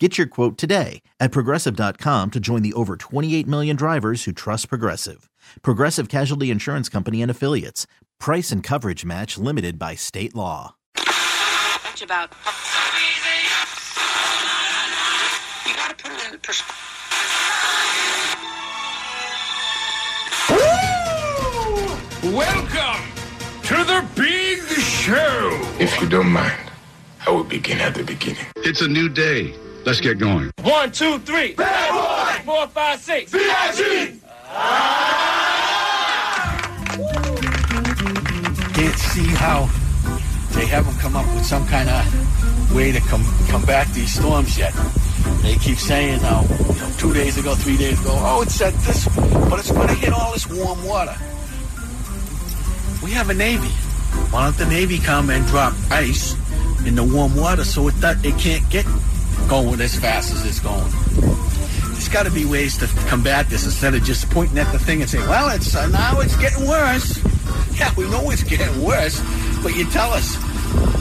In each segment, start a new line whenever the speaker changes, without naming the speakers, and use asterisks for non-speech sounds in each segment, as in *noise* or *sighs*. Get your quote today at progressive.com to join the over 28 million drivers who trust Progressive. Progressive Casualty Insurance Company and Affiliates. Price and coverage match limited by state law.
much about. You gotta put it in perspective.
Welcome to the big show.
If you don't mind, I will begin at the beginning.
It's a new day. Let's get going.
One, two, three. Bad boy. Four, five, six. VIG.
can't see how they haven't come up with some kind of way to com- combat these storms yet. They keep saying now, you know, two days ago, three days ago, oh, it's at this, but it's going to hit all this warm water. We have a navy. Why don't the navy come and drop ice in the warm water so it do- it can't get going as fast as it's going? There's got to be ways to combat this instead of just pointing at the thing and saying, "Well, it's uh, now it's getting worse." *laughs* Yeah, we know it's getting worse, but you tell us,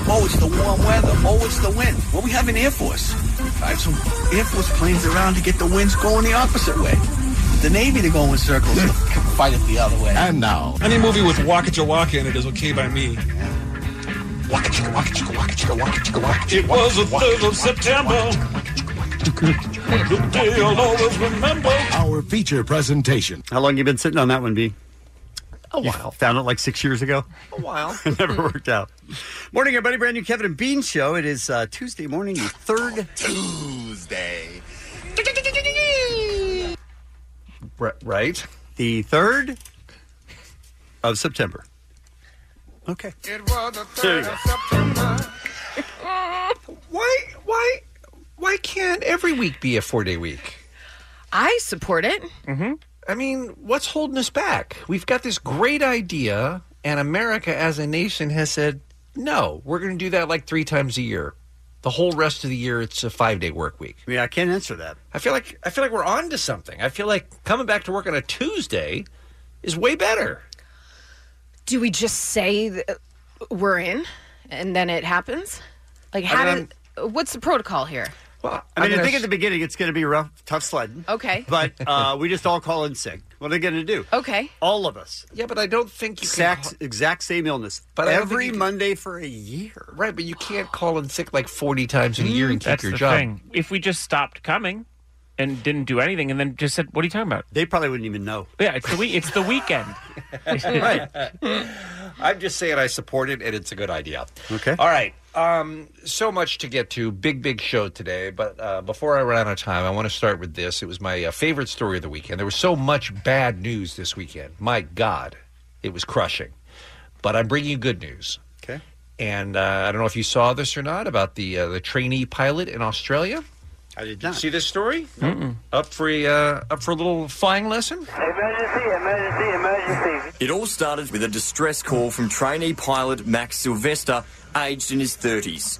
"Oh, it's the warm weather. Oh, it's the wind." Well, we have an air force. I have some air force planes around to get the winds going the opposite way. The navy to go in circles to *laughs* fight it the other way.
And now,
Any movie with Waka Jawaka in it is okay by me.
Waka chicka, waka chicka, waka chicka, waka chicka, waka chicka.
It was the 3rd of September. The day I'll always remember.
our feature presentation.
How long you been sitting on that one, B? A while. found it like six years ago. A while. *laughs* it never
Hmm.
worked out. Morning, everybody. Brand new Kevin and Bean show. It is uh, Tuesday morning, the third.
Tuesday.
right. The third of September. Okay.
It was the
There you
third
go.
of September.
Why? Why? Why can't every week be a four-day week? Mm-hmm.
I support it.
I mean, what's holding us back? We've got this great idea, and America as a nation has said, "No, we're going to do that like three times a year. The whole rest of the year, it's a five-day work week."
Yeah, I can't answer that.
I feel like I feel like we're on to something. I feel like coming back to work on a Tuesday is way better.
Do we just say that we're in and then it happens? Like,
I
how
mean,
did, what's the protocol here?
Well,
Um, I mean, I think at the beginning it's going to be rough, tough sledding.
Okay.
But uh, we just all call in sick. What are they going to do?
Okay.
All of us.
yeah, but I don't think you can.
Exact, exact same illness.
But I don't think
every
you can-
Monday for a year.
call- right, but you can't call in sick like forty times in a
Mm,
year and keep your job.
If we just stopped coming and didn't do anything, and then just said, "What are you talking about?"
They probably wouldn't even know.
Yeah, it's the week. It's
*laughs*
the weekend.
*laughs* right.
*laughs* I'm just saying I support it, and it's a good idea.
Okay.
All right. Um, so much to get to. Big, big show today. But uh, before I run out of time, I want to start with this. It was my uh, favorite story of the weekend. There was so much bad news this weekend. My God, it was crushing. But I'm bringing you good news.
Okay.
And uh, I don't know if you saw this or not about the uh, the trainee pilot in Australia.
I did not.
See this story? Up for a uh, up for a little flying lesson?
Emergency, emergency, emergency.
It all started with a distress call from trainee pilot Max Sylvester, aged in his 30s.
This is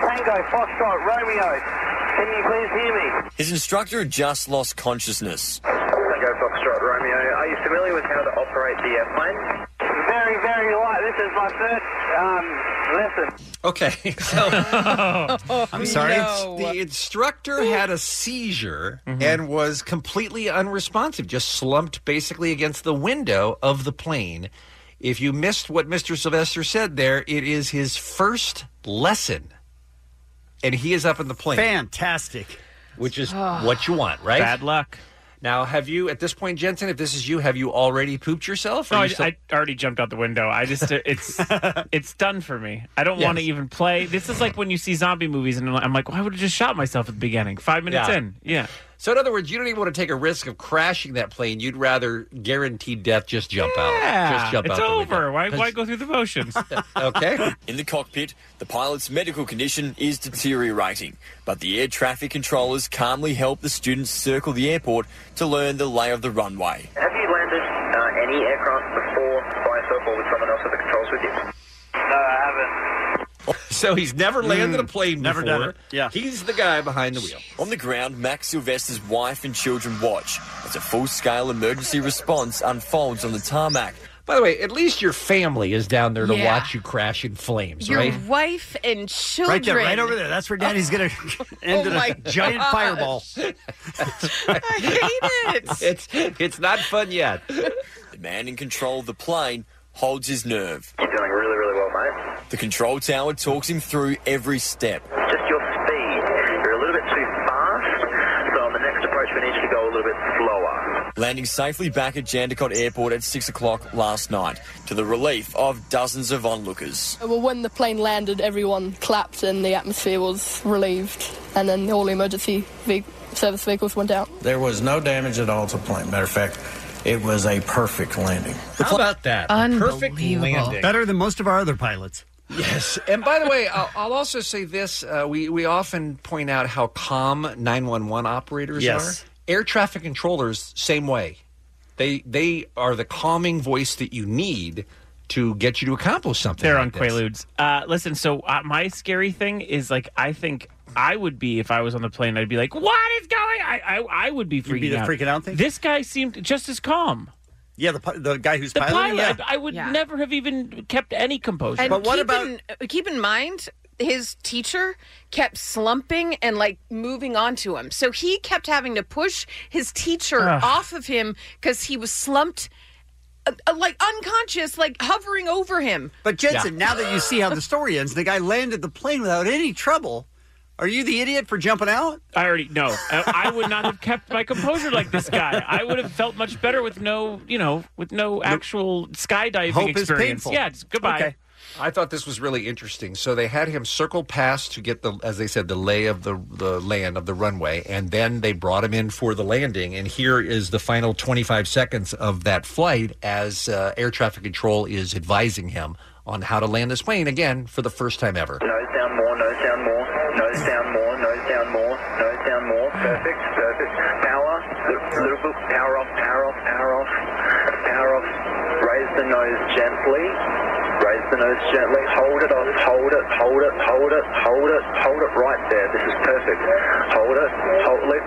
Tango Foxtrot Romeo. Can you please hear me?
His instructor had just lost consciousness.
Tango Foxtrot Romeo. Are you familiar with how to operate the airplane? Very, very light. This is my first um,
Okay.
lesson.
*laughs*
*laughs*
So
I'm sorry.
The instructor had a seizure
Mm-hmm.
and was completely unresponsive, just slumped basically against the window of the plane. If you missed what Mr. Sylvester said there, it is his first lesson. And he is up in the plane,
Fantastic.
which
*sighs*
is what you want, right?
Bad luck.
Now, have you, at this point, Jensen, if this is you, have you already pooped yourself? Or
No,
you
I,
still-
I already jumped out the window. I
*laughs*
just it's it's done for me. I don't want to
Yes.
even play. This is like when you see zombie movies, and I'm like, "Why would I just shot myself at the beginning?" Five minutes
Yeah.
in, yeah.
so, in other words, you don't even want to take a risk of crashing that plane. You'd rather guaranteed death just jump out. Just jump
it's
out. the window.
over. Why why
'Cause-
go through the
*laughs*
motions?
Okay.
In the cockpit, the pilot's medical condition is deteriorating, but the air traffic controllers calmly help the students circle the airport to learn the lay of the runway.
Have you landed uh, any aircraft before by yourself or with someone else at the controls with you?
So he's never landed a plane
Never
before.
done it.
Yeah. He's the guy behind the wheel.
On the ground, Max Sylvester's wife and children watch as a full scale emergency response unfolds on the tarmac.
By the way, at least your family is down there
to Yeah. watch
you crash in flames,
*laughs* Your wife and children.
Right there, right over there. That's where Daddy's *laughs* going to end in
Oh my
a giant
gosh.
*laughs*
fireball.
it's it's not fun yet.
The man in control of the plane holds his nerve.
You're doing really, really well, mate.
The control tower talks him through every step.
Just your speed. You're a little bit too fast, so on the next approach we need you to go a little bit slower.
Landing safely back at Jandakot Airport at 6 o'clock last night, to the relief of dozens of onlookers.
Well, when the plane landed, everyone clapped and the atmosphere was relieved. And then all emergency ve- service vehicles went out.
There was no damage at all to the plane. Matter of fact, it was a perfect landing.
How about that? A Perfect landing.
Better than most of our other pilots.
*laughs* Yes. And by the way, I'll, I'll also say this: uh, we we often point out how calm 911 operators
Yes.
are. Air traffic controllers, same way. They they are the calming voice that you need to get you to accomplish something.
They're
like
on
this.
Quaaludes. Uh, listen, so uh, my scary thing is like I think I would be if I was on the plane. I'd be like, "What is going?" I I, I would be freaking
be the
out.
freaking out thing?
This guy seemed just as calm.
Yeah, the pi- the guy who's
The
piloting,
pilot.
yeah.
I would
Yeah.
never have even kept any composure.
And keep in, keep in mind his teacher kept slumping and like moving on to him. So he kept having to push his teacher
Ugh.
off of him cuz he was slumped uh, uh, like unconscious, like hovering over him.
But Jensen, now that you see how the story ends, the guy landed the plane without any trouble. Are you the idiot for jumping out?
I already know. I, I would not have kept my composure like this guy. I would have felt much better with no, you know, with no actual skydiving
Hope is
experience.
painful.
Yeah, just goodbye.
Okay. I thought this was really interesting. So they had him circle past to get the, as they said, the lay of the the land of the runway, and then they brought him in for the landing. And here is the final 25 seconds of that flight as uh, air traffic control is advising him on how to land this plane again for the first time ever.
Nose down more, nose down more, nose down more, nose down more, nose down more. Perfect, perfect. Power, little, little bit, power off, power off, power off, power off. Raise the nose gently, raise the nose gently. Hold it off, hold it, hold it, hold it, hold it, hold it right there. This is perfect. Hold it, hold it.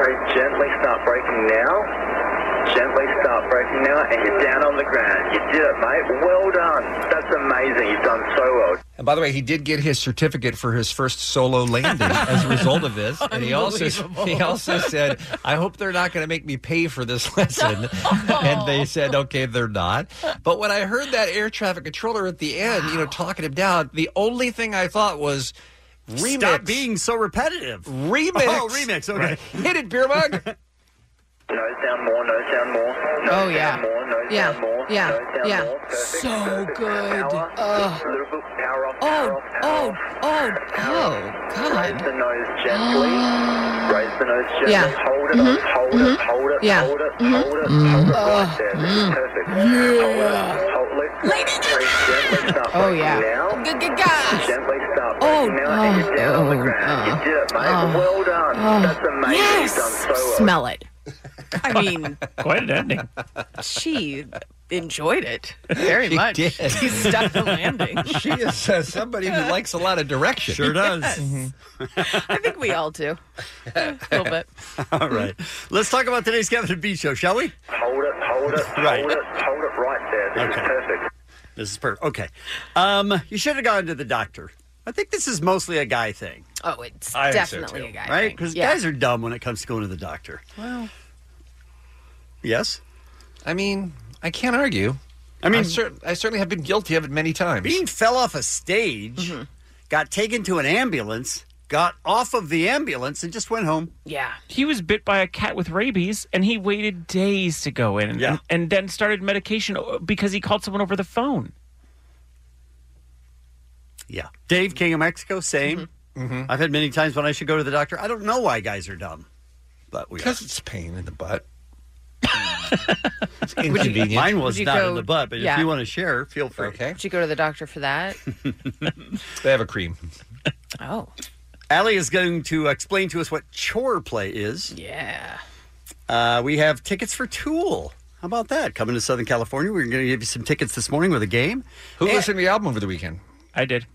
Very gently start braking now. Gently start braking now, and you're down on the ground. You did it, mate. Well done. That's amazing. You've done so well.
And by the way, he did get his certificate for his first solo landing as a result of this. And he also
Unbelievable.
he also said, "I hope they're not going to make me pay for this *laughs* lesson." and they said, "Okay, they're not." But when I heard that air traffic controller at the end, you know, talking him down, the only thing I thought was. Remix.
Stop being so repetitive.
Remix.
Oh, remix, okay.
Hit it, beer mug.
Nose down more, nose down more. Nose
Oh,
down
yeah.
More, nose
Yeah.
Down more,
Yeah.
Nose down
Yeah.
More. Perfect.
So
perfect.
good.
Power.
Ugh.
Little bit power off.
Oh, oh, oh,
oh,
God.
Raise the nose
*gasps*
gently. Raise the nose gently.
Yeah.
Hold it
Mhm.
up. Hold it. Hold it.
Yeah.
Hold it.
Mhm.
Hold it.
Mm.
Hold it. Right
Ugh.
there. This is
Mm.
perfect.
Yeah.
Hold it. Hold it. Very gently stop
Oh,
braking
yeah.
now. Gently stop
Oh,
braking now. And you're down on the
oh,
ground.
oh,
You did it, mate.
oh.
well done.
Oh.
That's amazing. You've
Yes.
done so well.
Smell it. *laughs* I mean,
Quite an ending.
she enjoyed it very much. She stuck the landing.
*laughs* She is uh, somebody who likes a lot of direction.
Sure does.
Yes. I think we all do. A little bit.
*laughs* All right. Let's talk about today's Kevin and Bean show, shall we?
Hold it, hold it,
Right.
hold it, hold it right there. This is perfect.
This is perfect. Okay. Um, you should have gone to the doctor. I think this is mostly a guy thing.
Oh, it's
I think so,
definitely
too.
a guy.
Right?
thing.
Because
Yeah.
guys are dumb when it comes to going to the doctor.
Well,
Yes?
I mean, I can't argue.
I mean,
I, cer- I certainly have been guilty of it many times.
Bean fell off a stage,
Mm-hmm.
got taken to an ambulance, got off of the ambulance, and just went home.
Yeah.
He was bit by a cat with rabies, and he waited days to go in, and, and then started medication uh, because he called someone over the phone.
Yeah. Dave, King of Mexico, same.
Mm-hmm.
I've had many times when I should go to the doctor. I don't know why guys are dumb, but we because
it's pain in the butt.
*laughs* it's
inconvenient.
Mine
Would
was
you
not
go-
in the butt, but
yeah.
if you want to share, feel free. Okay.
Did you go to the doctor for that?
*laughs*
They have a cream.
Oh.
Allie is going to explain to us what chore play is.
Yeah.
Uh, we have tickets for Tool. How about that? Coming to Southern California, we're going to give you some tickets this morning with a game. Who listened
to the album over the weekend?
I did.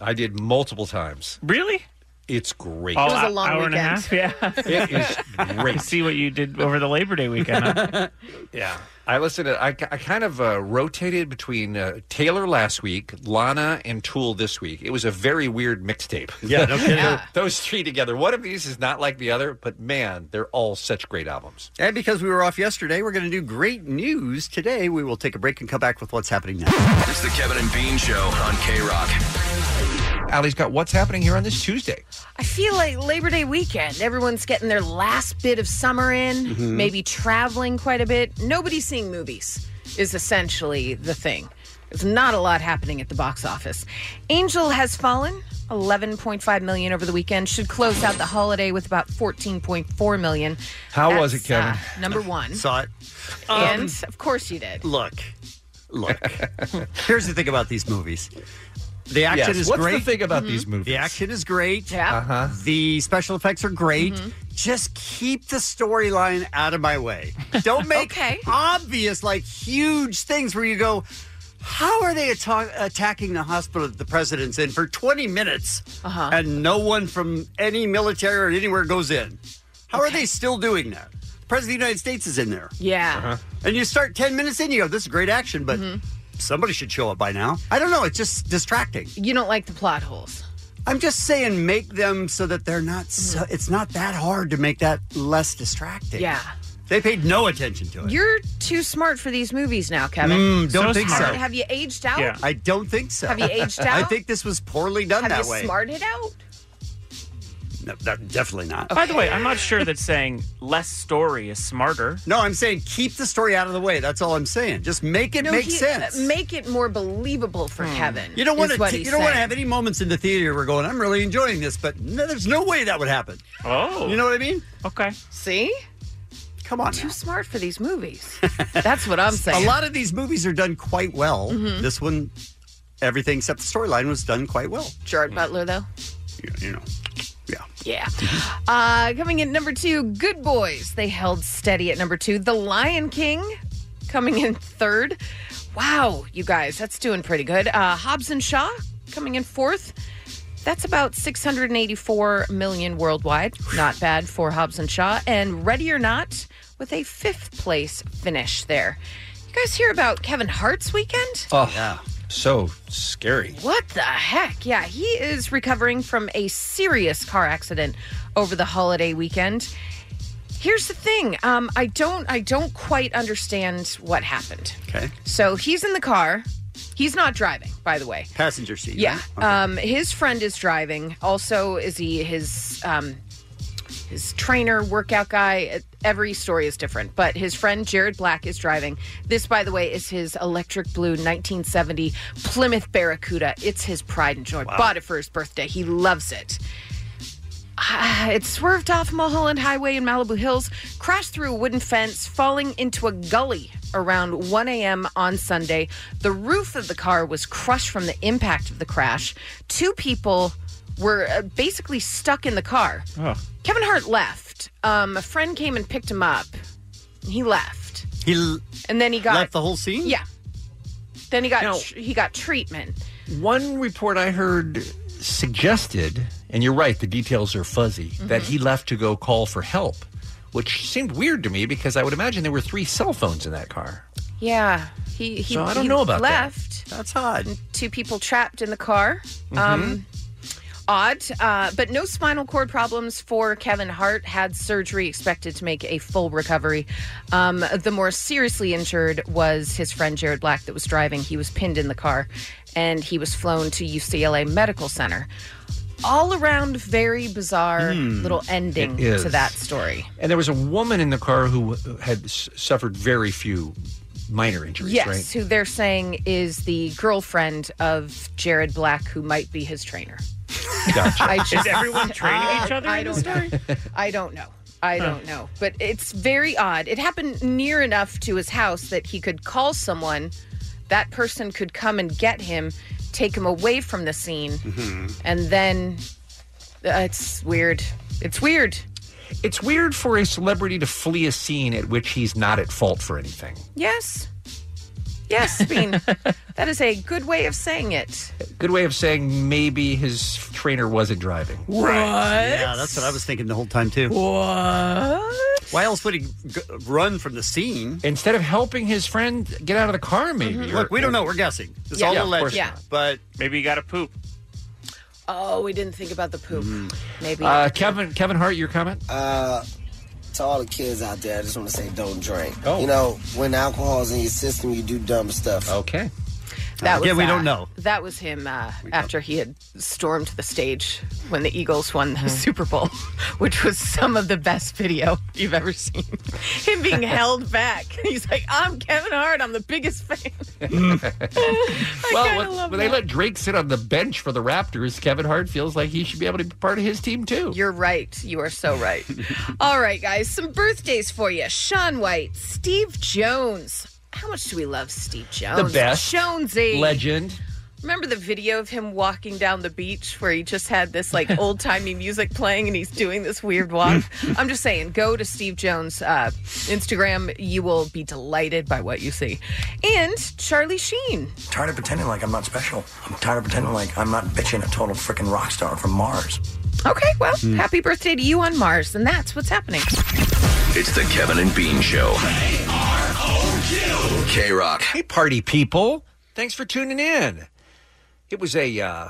I did multiple times.
Really?
It's great.
Oh, hour and a half. Yeah,
*laughs* It is
*laughs* I
great.
see what you did over the Labor Day weekend. huh?
*laughs* Yeah. I listened to, I, I kind of uh, rotated between uh, Taylor last week, Lana, and Tool this week. It was a very weird mixtape.
Yeah,
*laughs*
no kidding. Yeah.
Those three together. One of these is not like the other, but man, they're all such great albums.
And because we were off yesterday, we're going to do great news today. We will take a break and come back with what's happening now.
It's the Kevin and Bean Show on K Rock.
Allie's got what's happening here on this Tuesday.
I feel like Labor Day weekend, everyone's getting their last bit of summer in,
Mhm.
maybe traveling quite a bit. Nobody's seeing movies, is essentially the thing. There's not a lot happening at the box office. Angel has fallen 11.5 million over the weekend. Should close out the holiday with about 14.4 million.
How was it,
That's,
Kevin?
uh, number one.
Saw it. um,
and of course you did.
Look,
*laughs*
look. Here's the thing about these movies. The action
Yes,
is
what's the
great.
thing about Mhm. these movies?
The action is great.
Yeah. Uh-huh.
The special effects are great. Just keep the storyline out of my way. Don't
*laughs*
make obvious, like huge things where you go, how are they atta- attacking the hospital that the president's in for 20 minutes
Uh-huh.
and no one from any military or anywhere goes in? How are they still doing that? President of the United States is in there.
Yeah. Uh-huh. Mm-hmm.
And you start 10 minutes in, you go, this is great action, but somebody should show up by now. I don't know. It's just distracting.
You don't like the plot holes.
I'm just saying, make them so that they're not, so, it's not that hard to make that less distracting.
Mm-hmm. Yeah.
They paid no attention to it.
You're too smart for these movies now, Kevin.
Mm, don't So think so. smart.
Have you aged out?
I don't think so.
Have you
*laughs*
aged
I
out?
think this was poorly done
Have
that
you
way.
smarted out?
No, that, definitely not.
By the way, I'm not sure that saying less story is smarter.
No, I'm saying keep the story out of the way. That's all I'm saying. Just make it
No,
make
he-
sense.
Make it more believable for
Hmm.
Kevin.
You don't want
is what
to. You
he's
don't want to
saying.
have any moments in the theater where going, I'm really enjoying this, but no, there's no way that would happen.
Oh,
you know what I mean?
Okay.
See?
Come on.
Too smart for these movies. *laughs* That's what I'm saying.
A lot of these movies are done quite well.
Mhm.
This one, everything except the storyline was done quite well.
Gerard Butler, though.
You, you know.
Yeah. Uh, coming in number two, Good Boys. They held steady at number two. The Lion King coming in third. Wow, you guys, that's doing pretty good. Uh, Hobbs and Shaw coming in fourth. That's about 684 million worldwide. Not bad for Hobbs and Shaw. And Ready or Not with a fifth place finish there. You guys hear about Kevin Hart's weekend?
Oh, so scary.
What the heck? Yeah, he is recovering from a serious car accident over the holiday weekend. Here's the thing. Um, I don't I don't quite understand what happened.
Okay.
So he's in the car. He's not driving, by the way.
Passenger seat.
Yeah.
right?
Um, his friend is driving. Also, is he his um, his trainer, workout guy? Every story is different, but his friend Jared Black is driving. This, by the way, is his electric blue 1970 Plymouth Barracuda. It's his pride and joy. Bought it for his birthday. He loves it. Ah, It swerved off Mulholland Highway in Malibu Hills, crashed through a wooden fence, falling into a gully around 1 a.m. on Sunday. The roof of the car was crushed from the impact of the crash. Two people were uh, basically stuck in the car.
Oh.
Kevin Hart left. Um, a friend came and picked him up. He left,
He l-
and then he got
left the whole scene.
yeah. Then he got
Now-
tr- he got treatment.
One report I heard suggested, and you're right, the details are fuzzy, that
Mm-hmm.
he left to go call for help, which seemed weird to me because I would imagine there were three cell phones in that car.
Yeah, he he,
So I don't
he
know about that.
left.
That's odd.
Two people trapped in the car.
Mm-hmm.
Um, odd, uh, but no spinal cord problems for Kevin Hart. Had surgery, expected to make a full recovery. Um, the more seriously injured was his friend Jared Black that was driving. He was pinned in the car, and he was flown to UCLA Medical Center. All around, very bizarre
Hmm.
little ending
It is.
to that story.
And there was a woman in the car who had s- suffered very few minor injuries,
yes,
right?
who they're saying is the girlfriend of Jared Black, who might be his trainer.
Gotcha.
I just- uh,
Is everyone training each other?
I
in
don't
this story?
know. I don't know. I
Huh.
don't know. But it's very odd. It happened near enough to his house that he could call someone. That person could come and get him, take him away from
Mm-hmm.
Mm-hmm. the scene, and then uh, it's weird. It's weird.
It's weird for a celebrity to flee a scene at which he's not at fault for anything.
Yes. Yes,
*laughs*
Bean. that is a good way of saying it.
Good way of saying maybe his trainer wasn't driving.
What?
Yeah, that's what I was thinking the whole time too.
What?
Why else would he g- run from the scene Mm-hmm.
instead of helping his friend get out of the car? Maybe.
Look, we don't know. We're guessing. It's
Yeah.
all
Yeah,
a
of
legend.
course Yeah. not.
But
maybe you got to poop.
Oh, we didn't think about the poop.
Mm.
Maybe.
Uh, Kevin, Kevin Hart, your comment?
Uh, to all the kids out there, I just want to say don't drink. You know, when alcohol's in your system, you do dumb stuff.
Okay.
that was,
yeah, we
uh,
don't know.
That was him uh, after he had stormed the stage when the Eagles won
Mm-hmm.
the Super Bowl, *laughs* which was some of the best video you've ever seen. *laughs* Him
*laughs*
being held back. *laughs* He's like, I'm Kevin Hart. I'm the biggest fan.
well,
kinda
when,
love
when they
that.
let Drake sit on the bench for the Raptors, Kevin Hart feels like he should be able to be part of his team too.
You're right. You are so
*laughs*
right. All right, guys, some birthdays for you. Sean White, Steve Jones. How much do we love Steve Jones?
The best.
Jonesy.
Legend.
Remember the video of him walking down the beach where he just had
*laughs*
this like old timey music playing and he's doing this weird walk? I'm just saying, go to Steve Jones' uh, Instagram. You will be delighted by what you see. And Charlie Sheen.
tired of pretending like I'm not special. I'm tired of pretending like I'm not bitching a total freaking rock star from Mars.
Okay, well,
Hmm.
happy birthday to you on Mars. And that's what's happening.
It's the Kevin and Bean Show.
K Rock. Hey, party people! Thanks for tuning in. It was a uh,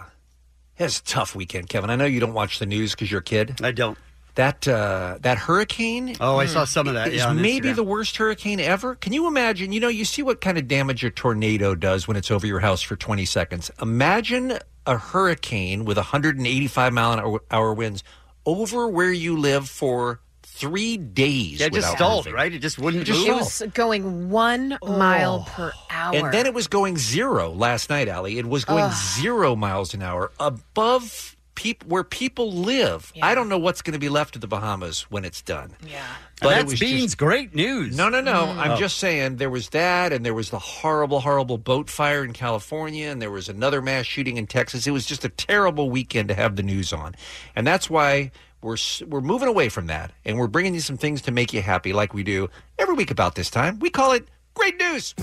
it was a tough weekend, Kevin. I know you don't watch the news because you're a kid.
I don't.
That uh, that hurricane.
Oh, I saw some of that,
Is
yeah, on
maybe
Instagram.
the worst hurricane ever. Can you imagine? You know, you see what kind of damage a tornado does when it's over your house for 20 seconds. Imagine a hurricane with 185 mile an hour, hour winds over where you live for three days.
Yeah, it just
without
stalled,
moving.
right? It just wouldn't
just Oh.
It was going one mile per hour.
And then it was going zero last night, Allie. It was going
Ugh.
zero miles an hour above peop- where people live. I don't know what's going to be left of the Bahamas when it's done. Yeah.
That's Bean's great news.
No, no, no.
Mm.
I'm
Oh.
just saying there was that, and there was the horrible, horrible boat fire in California, and there was another mass shooting in Texas. It was just a terrible weekend to have the news on, and that's why we're s- we're moving away from that, and we're bringing you some things to make you happy, like we do every week about this time. We call it great news.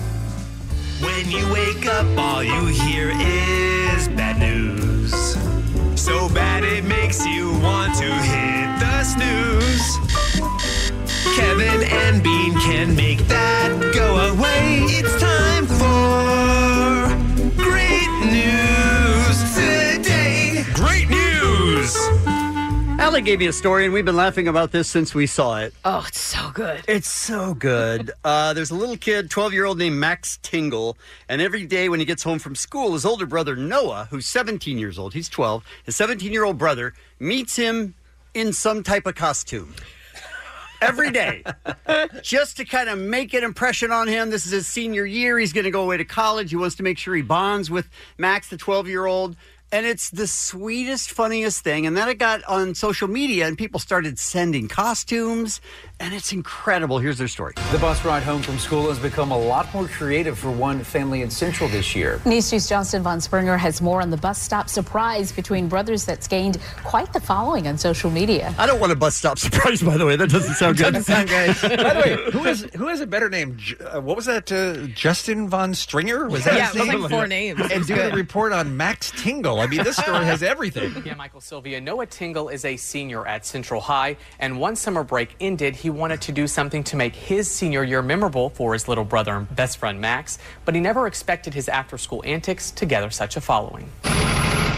When you wake up, all you hear is bad news. So bad it makes you want to hit the snooze. Kevin and Bean can make that go away. It's time for great news today. Great news!
Allie gave me a story, and we've been laughing about this since we saw it.
Oh, it's so good.
It's so
*laughs*
good. uh, there's a little kid, 12 year old named Max Tingle, and every day when he gets home from school, his older brother Noah, who's 17 years old, he's 12, his 17 year old brother meets him in some type of costume. Every day, just to kind of make an impression on him. This is his senior year. He's going to go away to college. He wants to make sure he bonds with Max, the 12 year old. And it's the sweetest, funniest thing. And then it got on social media, and people started sending costumes, and it's incredible. Here's their story.
The bus ride home from school has become a lot more creative for one family in Central this year.
News News Johnston Von Springer has more on the bus stop surprise between brothers that's gained quite the following on social media.
I don't want a bus stop *laughs* surprise, by the way. That doesn't sound
*laughs*
good. *laughs*
By the way, who has who has a better name? J- Uh, what was that? Uh, Justin von Stringer was that?
Yeah,
his
it was
name?
like four names. It
And
was
doing a
good.
report on Max Tingle. I mean, this story has everything.
Yeah, Michael Sylvia. Noah Tingle is a senior at Central High, and once summer break ended, he wanted to do something to make his senior year memorable for his little brother and best friend Max, but he never expected his after school antics to gather such a following.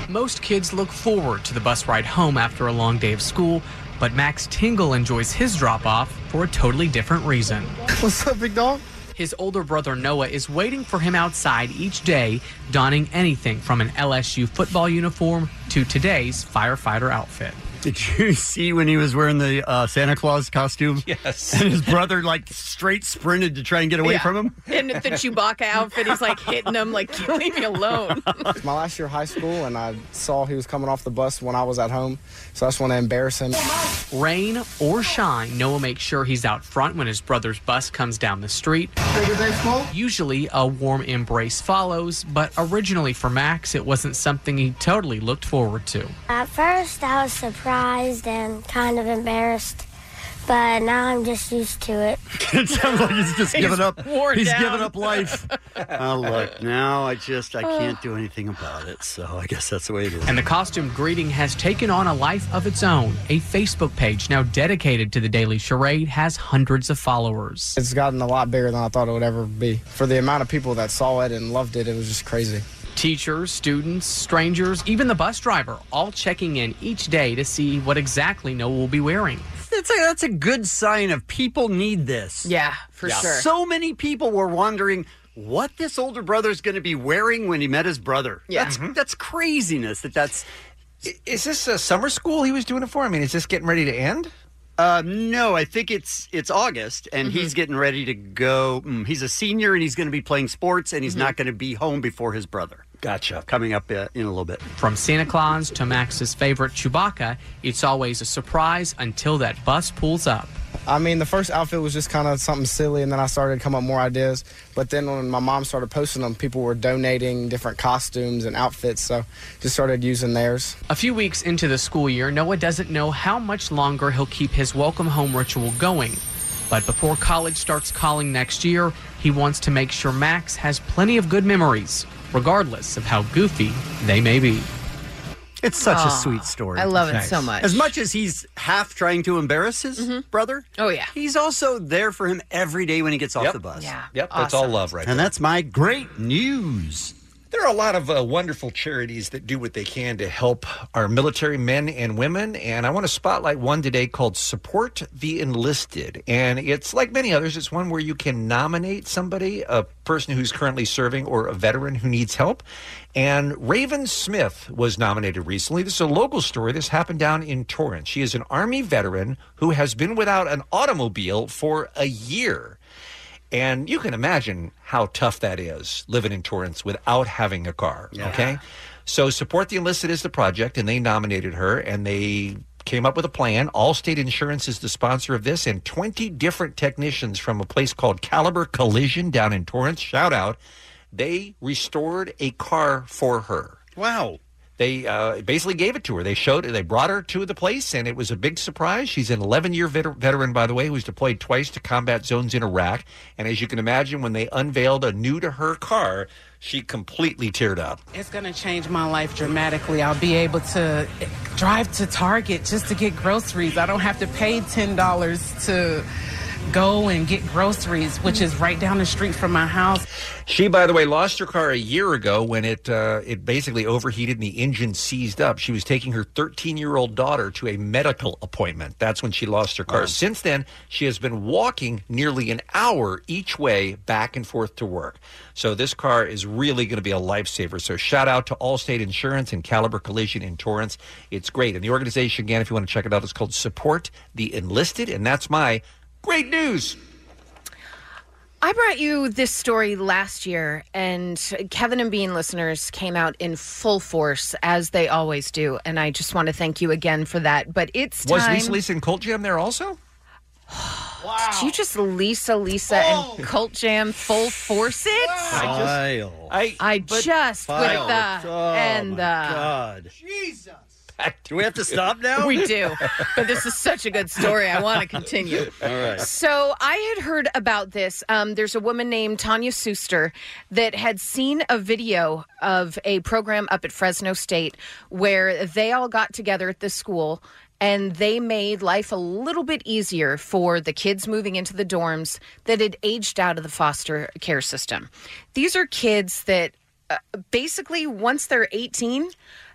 Most kids look forward to the bus ride home after a long day of school, but Max Tingle enjoys his drop off for a totally different reason. What's up, *laughs* big dog? His older brother Noah is waiting for him outside each day, donning anything from an LSU football uniform to today's firefighter outfit.
Did you *laughs* see when he was wearing the uh, Santa Claus costume?
Yes.
*laughs* And his brother, like, straight sprinted to try and get away
Yeah.
from him?
*laughs* And the Chewbacca outfit, he's like hitting him, like, leave me alone.
It's my last year of high school, and I saw he was coming off the bus when I was at home, so I just want to embarrass him.
Rain or shine, Noah makes sure he's out front when his brother's bus comes down the street. Usually, a warm embrace follows, but originally for Max, it wasn't something he totally looked forward to.
At first, I was surprised and kind of embarrassed, but now I'm just used to it.
*laughs* *laughs* it sounds like he's just
He's
given up.
worn
He's
down. Oh.
given up
*laughs*
life. oh, look, now I just I can't do anything about it. So I guess that's the way it is.
And the costume greeting has taken on a life of its own. A Facebook page now dedicated to the daily charade has hundreds of followers.
It's gotten a lot bigger than I thought it would ever be. For the amount of people that saw it and loved it, it was just crazy.
Teachers, students, strangers, even the bus driver, all checking in each day to see what exactly Noah will be wearing.
That's a, that's a good sign of people need this.
Yeah, for sure.
So many people were wondering what this older brother's going to be wearing when he met his brother.
Yeah.
That's, that's craziness that that's.
Mm-hmm. Is this a summer school he was doing it for? I mean, is this getting ready to end?
Uh, no, I think it's it's August, and
Mm-hmm.
he's getting ready to go. mm, he's a senior, and he's going to be playing sports, and he's
Mm-hmm.
not going to be home before his brother.
Gotcha.
Coming up uh, in a little bit.
From Santa Claus to Max's favorite Chewbacca, it's always a surprise until that bus pulls up.
I mean, the first outfit was just kind of something silly, and then I started to come up more ideas. But then when my mom started posting them, people were donating different costumes and outfits, so just started using theirs.
A few weeks into the school year, Noah doesn't know how much longer he'll keep his welcome home ritual going. But before college starts calling next year, he wants to make sure Max has plenty of good memories, regardless of how goofy they may be.
It's such
Aw,
a sweet story.
I love it Thanks. so much. Mm-hmm.
As much as he's half trying to embarrass his brother, oh yeah, he's also there for him every day when he gets off the bus.
Yeah. Yep, that's all Awesome. love right
And
there.
that's my great news.
There are a lot of uh, wonderful charities that do what they can to help our military men and women. And I want to spotlight one today called Support the Enlisted. And it's like many others, it's one where you can nominate somebody, a person who's currently serving or a veteran who needs help. And Raven Smith was nominated recently. This is a local story. This happened down in Torrance. She is an Army veteran who has been without an automobile for a year. And you can imagine how tough that is living in Torrance without having a car. Okay. So, Support the Enlisted is the project, and they nominated her and they came up with a plan. Allstate Insurance is the sponsor of this, and 20 different technicians from a place called Caliber Collision down in Torrance, shout out, they restored a car for her.
Wow.
They uh, basically gave it to her. They showed it. They brought her to the place, and it was a big surprise. She's an 11 year veter- veteran, by the way, who's deployed twice to combat zones in Iraq. And as you can imagine, when they unveiled a new to her car, she completely teared up.
It's going to change my life dramatically. I'll be able to drive to Target just to get groceries. I don't have to pay $10 to go and get groceries, which is right down the street from my house.
She, by the way, lost her car a year ago when it uh, it basically overheated and the engine seized up. She was taking her 13 year old daughter to a medical appointment. That's when she lost her car. Since then, she has been walking nearly an hour each way back and forth to work. So this car is really going to be a lifesaver. So shout out to Allstate Insurance and Caliber Collision in Torrance. It's great, and the organization again, if you want to check it out, it's called Support the Enlisted, and that's my great news.
I brought you this story last year, and Kevin and Bean listeners came out in full force as they always do, and I just want to thank you again for that. But it's
Was
time.
Lisa Lisa and Colt Jam there also?
Did you just Lisa, Lisa,
Oh.
and Cult Jam full force it?
I,
I just
File.
with the
Oh,
and
my
uh, the
God.
Jesus.
Do we have to stop now?
We do, but this is such a good story. I want to continue.
All right.
So I had heard about this. Um, there's a woman named Tanya Suster that had seen a video of a program up at Fresno State where they all got together at the school and they made life a little bit easier for the kids moving into the dorms that had aged out of the foster care system. These are kids that uh, basically once they're 18,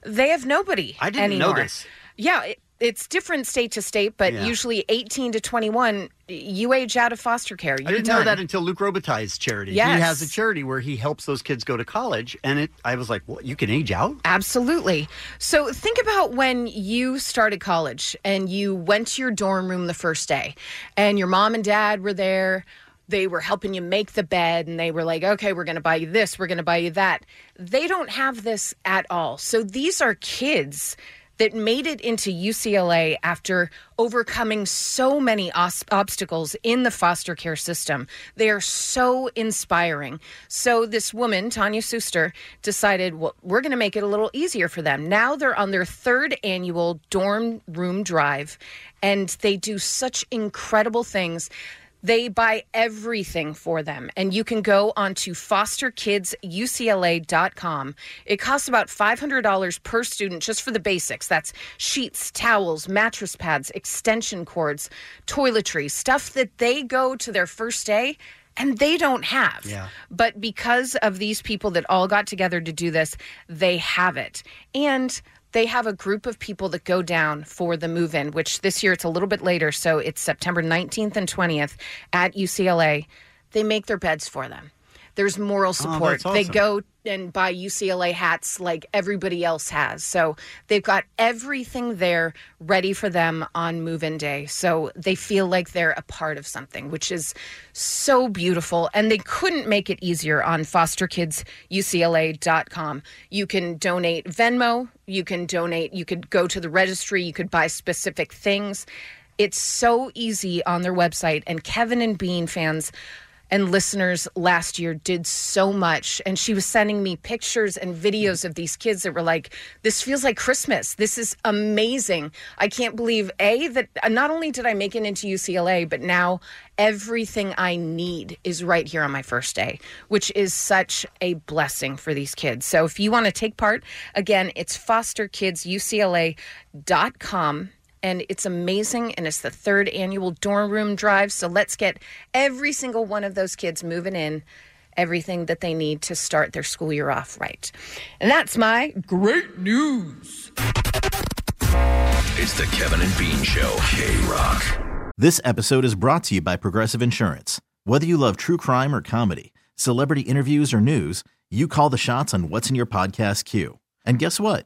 they have nobody
I didn't know
anymore.
this.
Yeah, it, it's different state to state, but
Yeah.
usually 18 to 21, you age out of foster care. You're
I didn't know
done.
that until Luke Robitaille's charity.
Yes.
He has a charity where he helps those kids go to college, and it. I was like, "What? You can age
*laughs*
out?"
Absolutely. So think about when you started college and you went to your dorm room the first day, and your mom and dad were there. They were helping you make the bed, and they were like, okay, we're going to buy you this, we're going to buy you that. They don't have this at all. So these are kids that made it into UCLA after overcoming so many os- obstacles in the foster care system. They are so inspiring. So this woman, Tanya Suster, decided, well, we're going to make it a little easier for them. Now they're on their third annual dorm room drive, and they do such incredible things. They buy everything for them, and you can go on to fosterkidsucla.com. It costs about $500 per student just for the basics. That's sheets, towels, mattress pads, extension cords, toiletries, stuff that they go to their first day and they don't have.
Yeah.
But because of these people that all got together to do this, they have it. And they have a group of people that go down for the move in, which this year it's a little bit later. So it's September 19th and 20th at UCLA. They make their beds for them. There's moral support.
Oh, that's
They
awesome.
go and buy UCLA hats like everybody else has. So they've got everything there ready for them on move in day. So they feel like they're a part of something, which is so beautiful. And they couldn't make it easier on fosterkidsucla.com. You can donate Venmo, you can donate, you could go to the registry, you could buy specific things. It's so easy on their website. And Kevin and Bean fans, and listeners last year did so much. And she was sending me pictures and videos of these kids that were like, this feels like Christmas. This is amazing. I can't believe, A, that uh, not only did I make it into UCLA, but now everything I need is right here on my first day, which is such a blessing for these kids. So if you want to take part, again, it's fosterkidsucla.com and it's amazing and it's the third annual dorm room drive so let's get every single one of those kids moving in everything that they need to start their school year off right and that's my great news
It's the Kevin and Bean Show. K Rock.
This episode is brought to you by Progressive Insurance. Whether you love true crime or comedy, celebrity interviews or news, you call the shots on what's in your podcast queue. And guess what?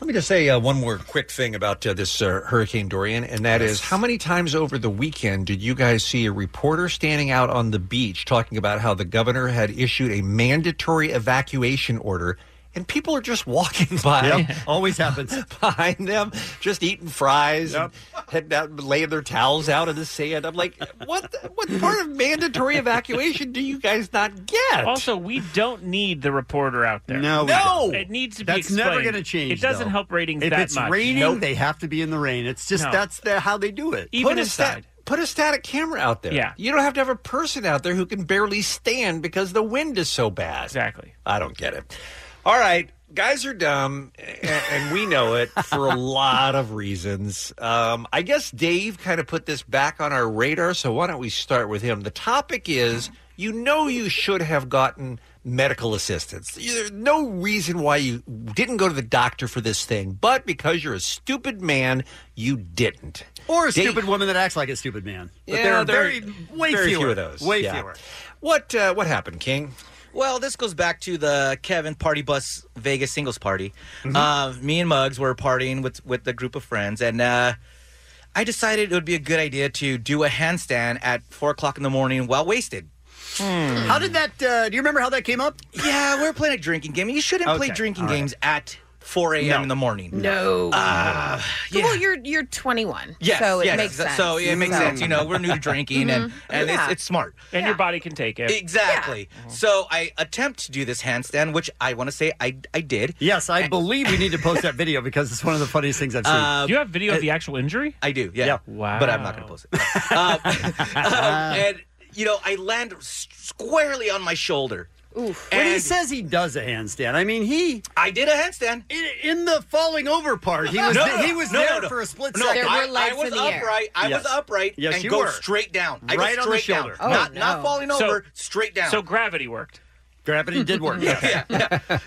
Let me just say uh, one more quick thing about uh, this uh, Hurricane Dorian, and that is how many times over the weekend did you guys see a reporter standing out on the beach talking about how the governor had issued a mandatory evacuation order? And people are just walking *laughs* by.
*laughs*
Yep.
Always happens. *laughs* Behind them, just eating fries and heading out and laying their towels out in the sand. I'm like, what the- what part of mandatory evacuation do you guys not get?
Also, we don't need the reporter out there.
No, we
no,
don't.
it needs to be.
That's never
explained.
going to change.
It doesn't
though.
help ratings
If
that
it's
much.
raining, they have to be in the rain. It's just
No.
that's the, how they do it.
put a stat- put a static camera out there.
Yeah.
You don't have to have a person out there who can barely stand because the wind is so bad.
Exactly.
I don't get it. All right. Guys are dumb, a- and, we know it for a lot of reasons. Um, I guess Dave kind of put this back on our radar, so why don't we start with him? The topic is you know, you should have gotten medical assistance. There's no reason why you didn't go to the doctor for this thing, but because you're a stupid man, you didn't.
Or a
Dave-
stupid woman that acts like a stupid man. But
Yeah,
there are
there are
very way
very few
fewer
of those.
Way
Yeah.
fewer.
What uh, what happened, King?
Well, this goes back to the Kevin Party Bus Vegas singles party.
Mm-hmm.
Uh, me and Muggs were partying with with a group of friends, and uh, I decided it would be a good idea to do a handstand at four o'clock in the morning while wasted.
Hmm.
How did that? Uh, do you remember how that came up?
Yeah, we were playing a drinking game. You shouldn't play Okay, drinking all right. games at four a.m. in the morning.
No.
Uh,
well you're you're 21
yes,
so it
yes,
makes sense
So it makes sense. You know, we're new to drinking, and
Mhm.
and
Yeah.
it's, it's smart.
And your body can take it. Mm-hmm.
Exactly. So I attempt to do this handstand, which I want to say I I did.
Yes, I believe we need to post that video because it's one of the funniest things I've seen.
Uh,
do you have video of the actual injury?
I do. Yeah.
Wow.
But I'm not going to post it. Um, *laughs* um, and you know, I land s- squarely on my shoulder.
Oof. When he says he does a handstand, I mean he.
I did a handstand
in, in the falling over part. He was
No,
th-
no,
he was
no, no,
there
no.
for a split
No,
second.
I, I was upright. I
Yes.
was upright
Yes,
and
you
go
were.
straight down. I
Right
go
on the
straight
shoulder.
Down.
Oh,
not not
no.
falling
So-
over, straight down.
So gravity worked.
*laughs*
Gravity did work. yes.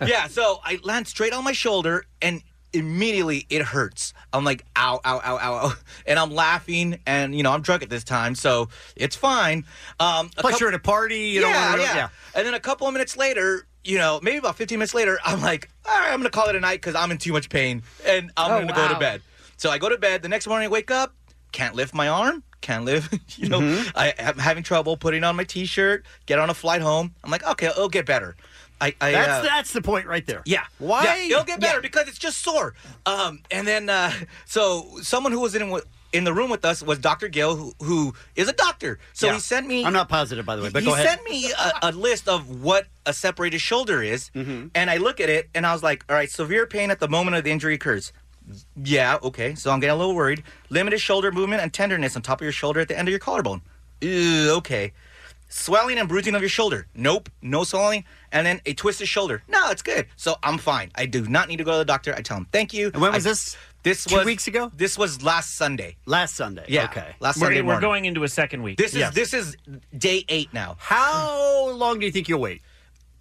yeah, so I land straight on my shoulder and immediately it hurts. I'm like, ow, ow, ow, ow, ow. And I'm laughing and, you know, I'm drunk at this time, so it's fine. Um,
Plus you're at a party, you don't
yeah,
wanna-
yeah.
yeah.
And then a couple of minutes later, you know, maybe about 15 minutes later, I'm like, all right, I'm going to call it a night because I'm in too much pain and I'm
Oh,
going to go
wow.
to bed. So I go to bed. The next morning I wake up, can't lift my arm, can't lift, *laughs* you know,
Mm-hmm.
I, am having trouble putting on my t shirt, get on a flight home. I'm like, okay, it'll get better. I, I,
that's
uh,
that's the point right there.
yeah.
Why?
Yeah, it'll get better because it's just sore. Um, and then, uh, so someone who was in wi- in the room with us was Dr. Gill, who, who is a doctor. So
Yeah.
he sent me.
I'm not positive, by the way, but
he
go ahead.
sent me a, a list of what a separated shoulder is,
Mm-hmm.
and I look at it and I was like, all right, severe pain at the moment of the injury occurs. Yeah, okay. So I'm getting a little worried. Limited shoulder movement and tenderness on top of your shoulder at the end of your collarbone. Ew, okay. Swelling and bruising of your shoulder. Nope, no swelling. And then a twisted shoulder. No, it's good. So I'm fine. I do not need to go to the doctor. I tell him thank you.
And when
I-
was this?
This
Two
was
weeks ago.
This was last Sunday.
Last Sunday.
Yeah.
Okay.
Last
We're-
Sunday
we're
morning.
going into a second week.
This is this is day eight now.
How long do you think you'll wait?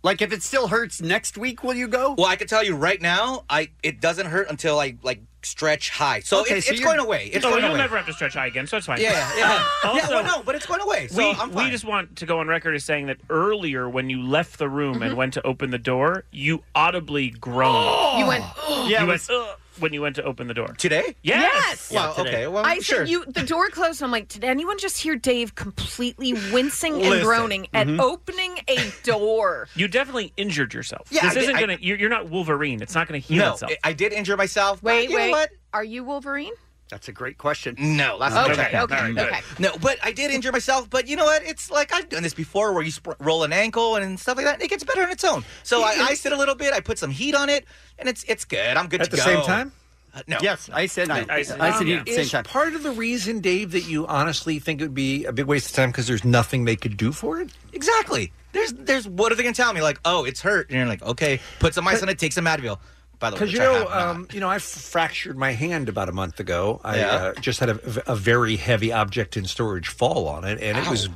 Like if it still hurts next week, will you go?
Well, I can tell you right now, I it doesn't hurt until I like stretch high. So
Okay,
it's,
so
it's
you're-
going away. It's
Oh,
going
you'll
away.
never have to stretch high again, so it's fine.
Yeah,
*laughs*
yeah, yeah.
Uh,
Yeah,
also,
well, no, but it's going away. So
we,
I'm
we
fine.
just want to go on record as saying that earlier when you left the room
Mm-hmm.
and went to open the door, you audibly groaned.
*gasps*
*gasps*
You went,
You
Yeah, it
went,
was-
"Ugh," when you went to open the door.
uh, Today?
Yes.
Well, okay. Well,
I
sure.
said you the door closed. I'm like, did anyone just hear Dave completely wincing and
Listen.
groaning at
Mm-hmm.
Mhm.
opening a door?
You definitely injured yourself.
Yeah,
this
I did-
isn't
I-
gonna. you're, you're not Wolverine. It's not gonna heal
No,
itself.
I did injure myself. but
Wait,
you know
wait.
what?
Are you Wolverine?
That's a great question.
No, last
Okay,
Sunday.
okay, All right, good. okay.
No, but I did injure myself. But you know what? It's like I've done this before, where you sp- roll an ankle and stuff like that. And it gets better on its own. So I iced it a little bit. I put some heat on it, and it's it's good. I'm good to
At the
go.
same time?
Uh, no.
Yes, I said
no.
I said- I said you at the same
Is
time.
part of the reason, Dave, that you honestly think it would be a big waste of time because there's nothing they could do for it?
Exactly. There's there's what are they gonna tell me? Like, oh, it's hurt. And you're like, okay, put some ice on it, take some Advil. By the way,
Because you
which I have
know,
not.
um, you know, I f- fractured my hand about a month ago. I
Yeah.
uh, just had a, a very heavy object in storage fall on it, and it
Ow.
was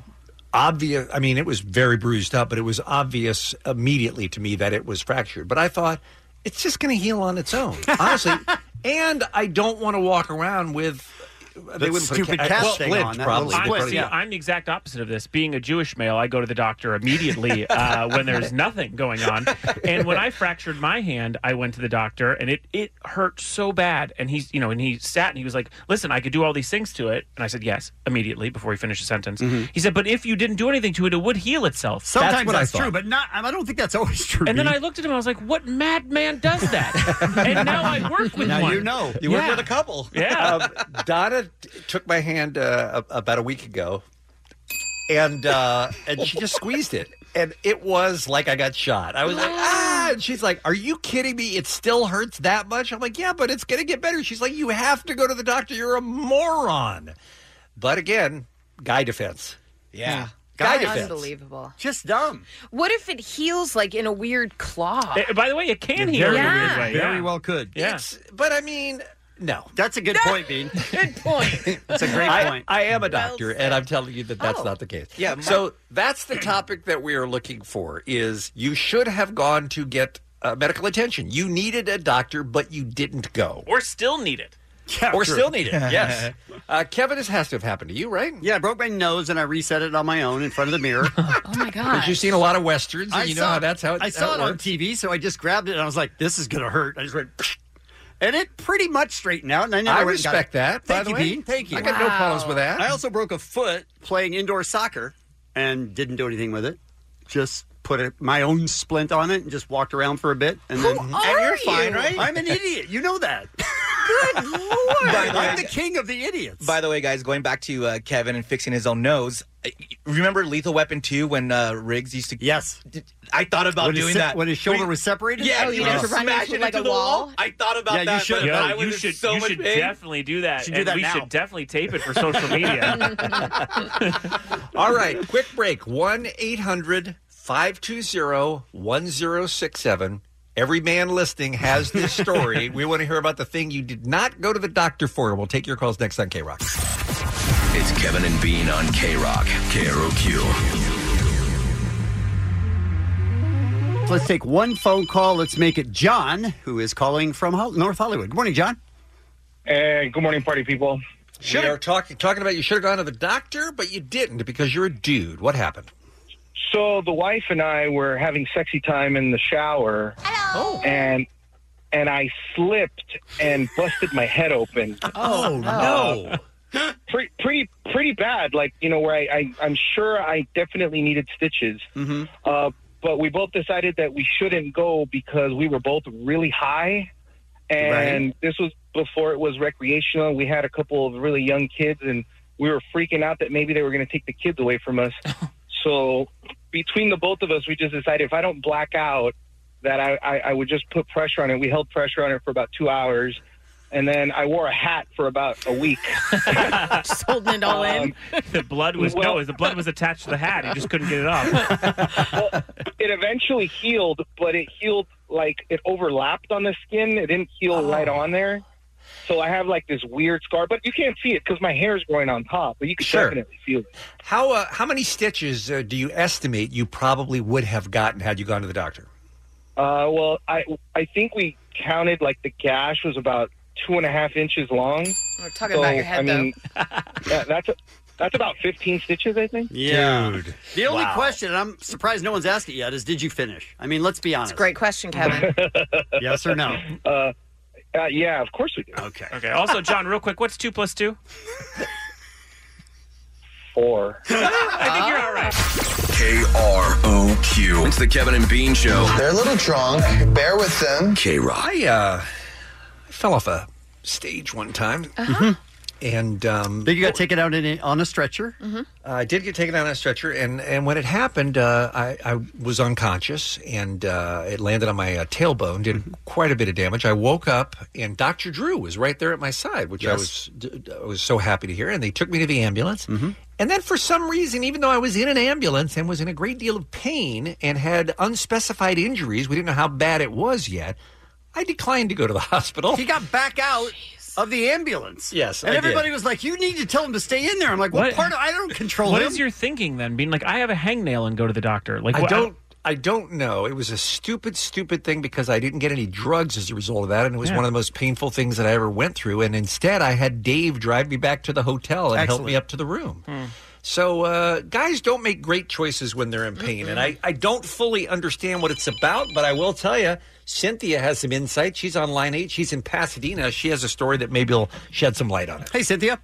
obvious. I mean, it was very bruised up, but it was obvious immediately to me that it was fractured. But I thought it's just going to heal on
*laughs*
its own, honestly. and I don't want to walk around with they wouldn't put a, ca- a splint, probably.
I'm,
They put a-
see, I'm the exact opposite of this. Being a Jewish male, I go to the
*laughs*
doctor immediately uh, when there's nothing going on. And when I fractured my hand, I went to the doctor, and it it hurt so bad. And he's you know, and he sat and he was like, "Listen, I could do all these things to it." And I said, "Yes," immediately before he finished the sentence. He said, "But if you didn't do anything to it, it would heal itself."
Mm-hmm. Sometimes that's, true, but not. I don't think that's always true.
And then
B.
I looked at him. I was like, "What madman does
*laughs*
that?" and now I work with
Now
one.
you know.
You work Yeah. with a
couple.
Yeah.
Um, Donna t- took my hand uh, a- about a week ago, and uh, and she just squeezed it, and it was like I got shot. I was like, ah! And she's like, "Are you kidding me? It still hurts that much?" I'm like, "Yeah, but it's gonna get better." She's like, "You have to go to the doctor. You're a moron." But again, guy defense.
Yeah,
guy
That's
defense.
unbelievable.
Just dumb.
What if it heals like in a weird claw?
Eh, by the way, it can
Very
heal in a
weird
weird way.
Very
yeah.
well could.
Yes.
But I mean, no.
That's a *laughs* good point, Bean.
good point.
*laughs* That's a great
I,
point.
I am a doctor, and I'm telling you that that's
Oh.
not the case.
Yeah, my- *clears throat*
so that's the topic that we are looking for: is you should have gone to get uh, medical attention. You needed a doctor, but you didn't go,
Or still need it.
or still need
*laughs*
it. Yes, uh, Kevin, this has to have happened to you, right?
Yeah, I broke my nose and I reset it on my own in front of the *laughs* mirror.
oh my
Because you've seen a lot of westerns, and
I
you know
saw
how
it-
that's how it,
I saw
how
it, on
works.
TV, so I just grabbed it and I was like, "This is gonna hurt." I just went, and it pretty much straightened out. And I never
I
went and got
respect
it.
that, by
Thank
the
you,
way.
Bean. Thank you.
I got no Wow. problems with that.
I also broke a foot playing indoor soccer and didn't do anything with it. Just put a, my own splint on it and just walked around for a bit. And then
and you're fine, right?
I'm an idiot. You know
*laughs*
that.
By the way-
I'm the king of the idiots.
By the way, guys, going back to uh, Kevin and fixing his own nose. I- Remember Lethal Weapon two when uh, Riggs used to?
Yes,
I thought about
When his
doing
se-
that
when his shoulder was separated?
Yeah,
Oh,
he
you
would
wanted to run
smash
into,
it
like, a
into the wall.
wall?
I thought about
Yeah, you
that.
should.
but
Yo,
I was
you
in
should,
so
you
much
should
pain.
definitely do that.
Should do
and
that
we
now.
should definitely tape it for social media.
*laughs*
All right, quick break. 1 800 520 1067. Every man listening has
*laughs*
this story. we want to hear about the thing you did not go to the doctor for. We'll take your calls next on K Rock.
It's Kevin and Bean on K Rock, KROQ.
Let's take one phone call. Let's make it John, who is calling from Hol- North Hollywood. Good morning, John.
Hey, Eh, good morning, party people. Should we are talking talking about you should have gone to the doctor, but you didn't because you're a dude. What happened?
So the wife and I were having sexy time in the shower,
Oh.
and and I slipped and busted my head open.
*laughs* Oh, no.
*laughs* no! pretty pretty pretty bad. Like you know where I, I I'm sure I definitely needed stitches.
Mm-hmm.
Uh, but we both decided that we shouldn't go because we were both really high, and this was before it was recreational. We had a couple of really young kids, and we were freaking out that maybe they were going to take the kids away
*laughs*
from us. so between the both of us, we just decided if I don't black out, that I, I, I would just put pressure on it. We held pressure on it for about two hours. And then I wore a hat for about a week.
*laughs*
Um,
just holding it all in. The blood was no, the blood was attached to the hat. He just couldn't get
*laughs*
it off.
it eventually healed, but it healed like it overlapped on the skin. It didn't heal
Oh.
right on there. So I have like this weird scar, but you can't see it because my hair is growing on top. But you can
Sure.
definitely feel it.
How uh, how many stitches uh, do you estimate you probably would have gotten had you gone to the doctor?
Uh, well, I I think we counted like the gash was about two and a half inches long.
We're talking about your head,
I mean, *laughs* yeah, that's that's about fifteen stitches, I think.
Dude. The only question, and I'm surprised no one's asked it yet, is did you finish? I mean, let's be honest.
Great question, Kevin.
*laughs* yes or no?
Uh, uh, yeah, of course we do.
Okay.
Okay. Also, John, real quick, what's two plus two?
Four.
*laughs* I think you're all right.
K R O Q. It's the Kevin and Bean Show.
They're a little drunk. Bear with them.
K Rock.
I uh, I fell off a stage one time, and um,
Then you got taken out in a, on a stretcher.
I did get taken out on a stretcher, and, and when it happened, uh, I, I was unconscious, and uh, it landed on my uh, tailbone,
Mm-hmm.
did quite a bit of damage. I woke up, and Dr. Drew was right there at my side, which I
Yes.
was d- I was so happy to hear. And they took me to the ambulance,
Mm-hmm.
and then for some reason, even though I was in an ambulance and was in a great deal of pain and had unspecified injuries, we didn't know how bad it was yet. I declined to go to the *laughs* hospital.
He got back out of the ambulance.
Yes,
And
I did.
everybody was like, you need to tell him to stay in there. I'm like, well,
What-
part of, I don't control
What
him.
is your thinking then? Being like, I have a hangnail and go to the doctor. Like,
I *laughs*
what-
don't. I don't know. It was a stupid, stupid thing because I didn't get any drugs as a result of that, and it was
Yeah.
one of the most painful things that I ever went through. And instead, I had Dave drive me back to the hotel and help
Excellent.
me up to the room.
Hmm.
So, uh, guys don't make great choices when they're in pain, and I, I don't fully understand what it's about. But I will tell you, Cynthia has some insight. She's on line eight. She's in Pasadena. She has a story that maybe will shed some light on it.
Hey, Cynthia.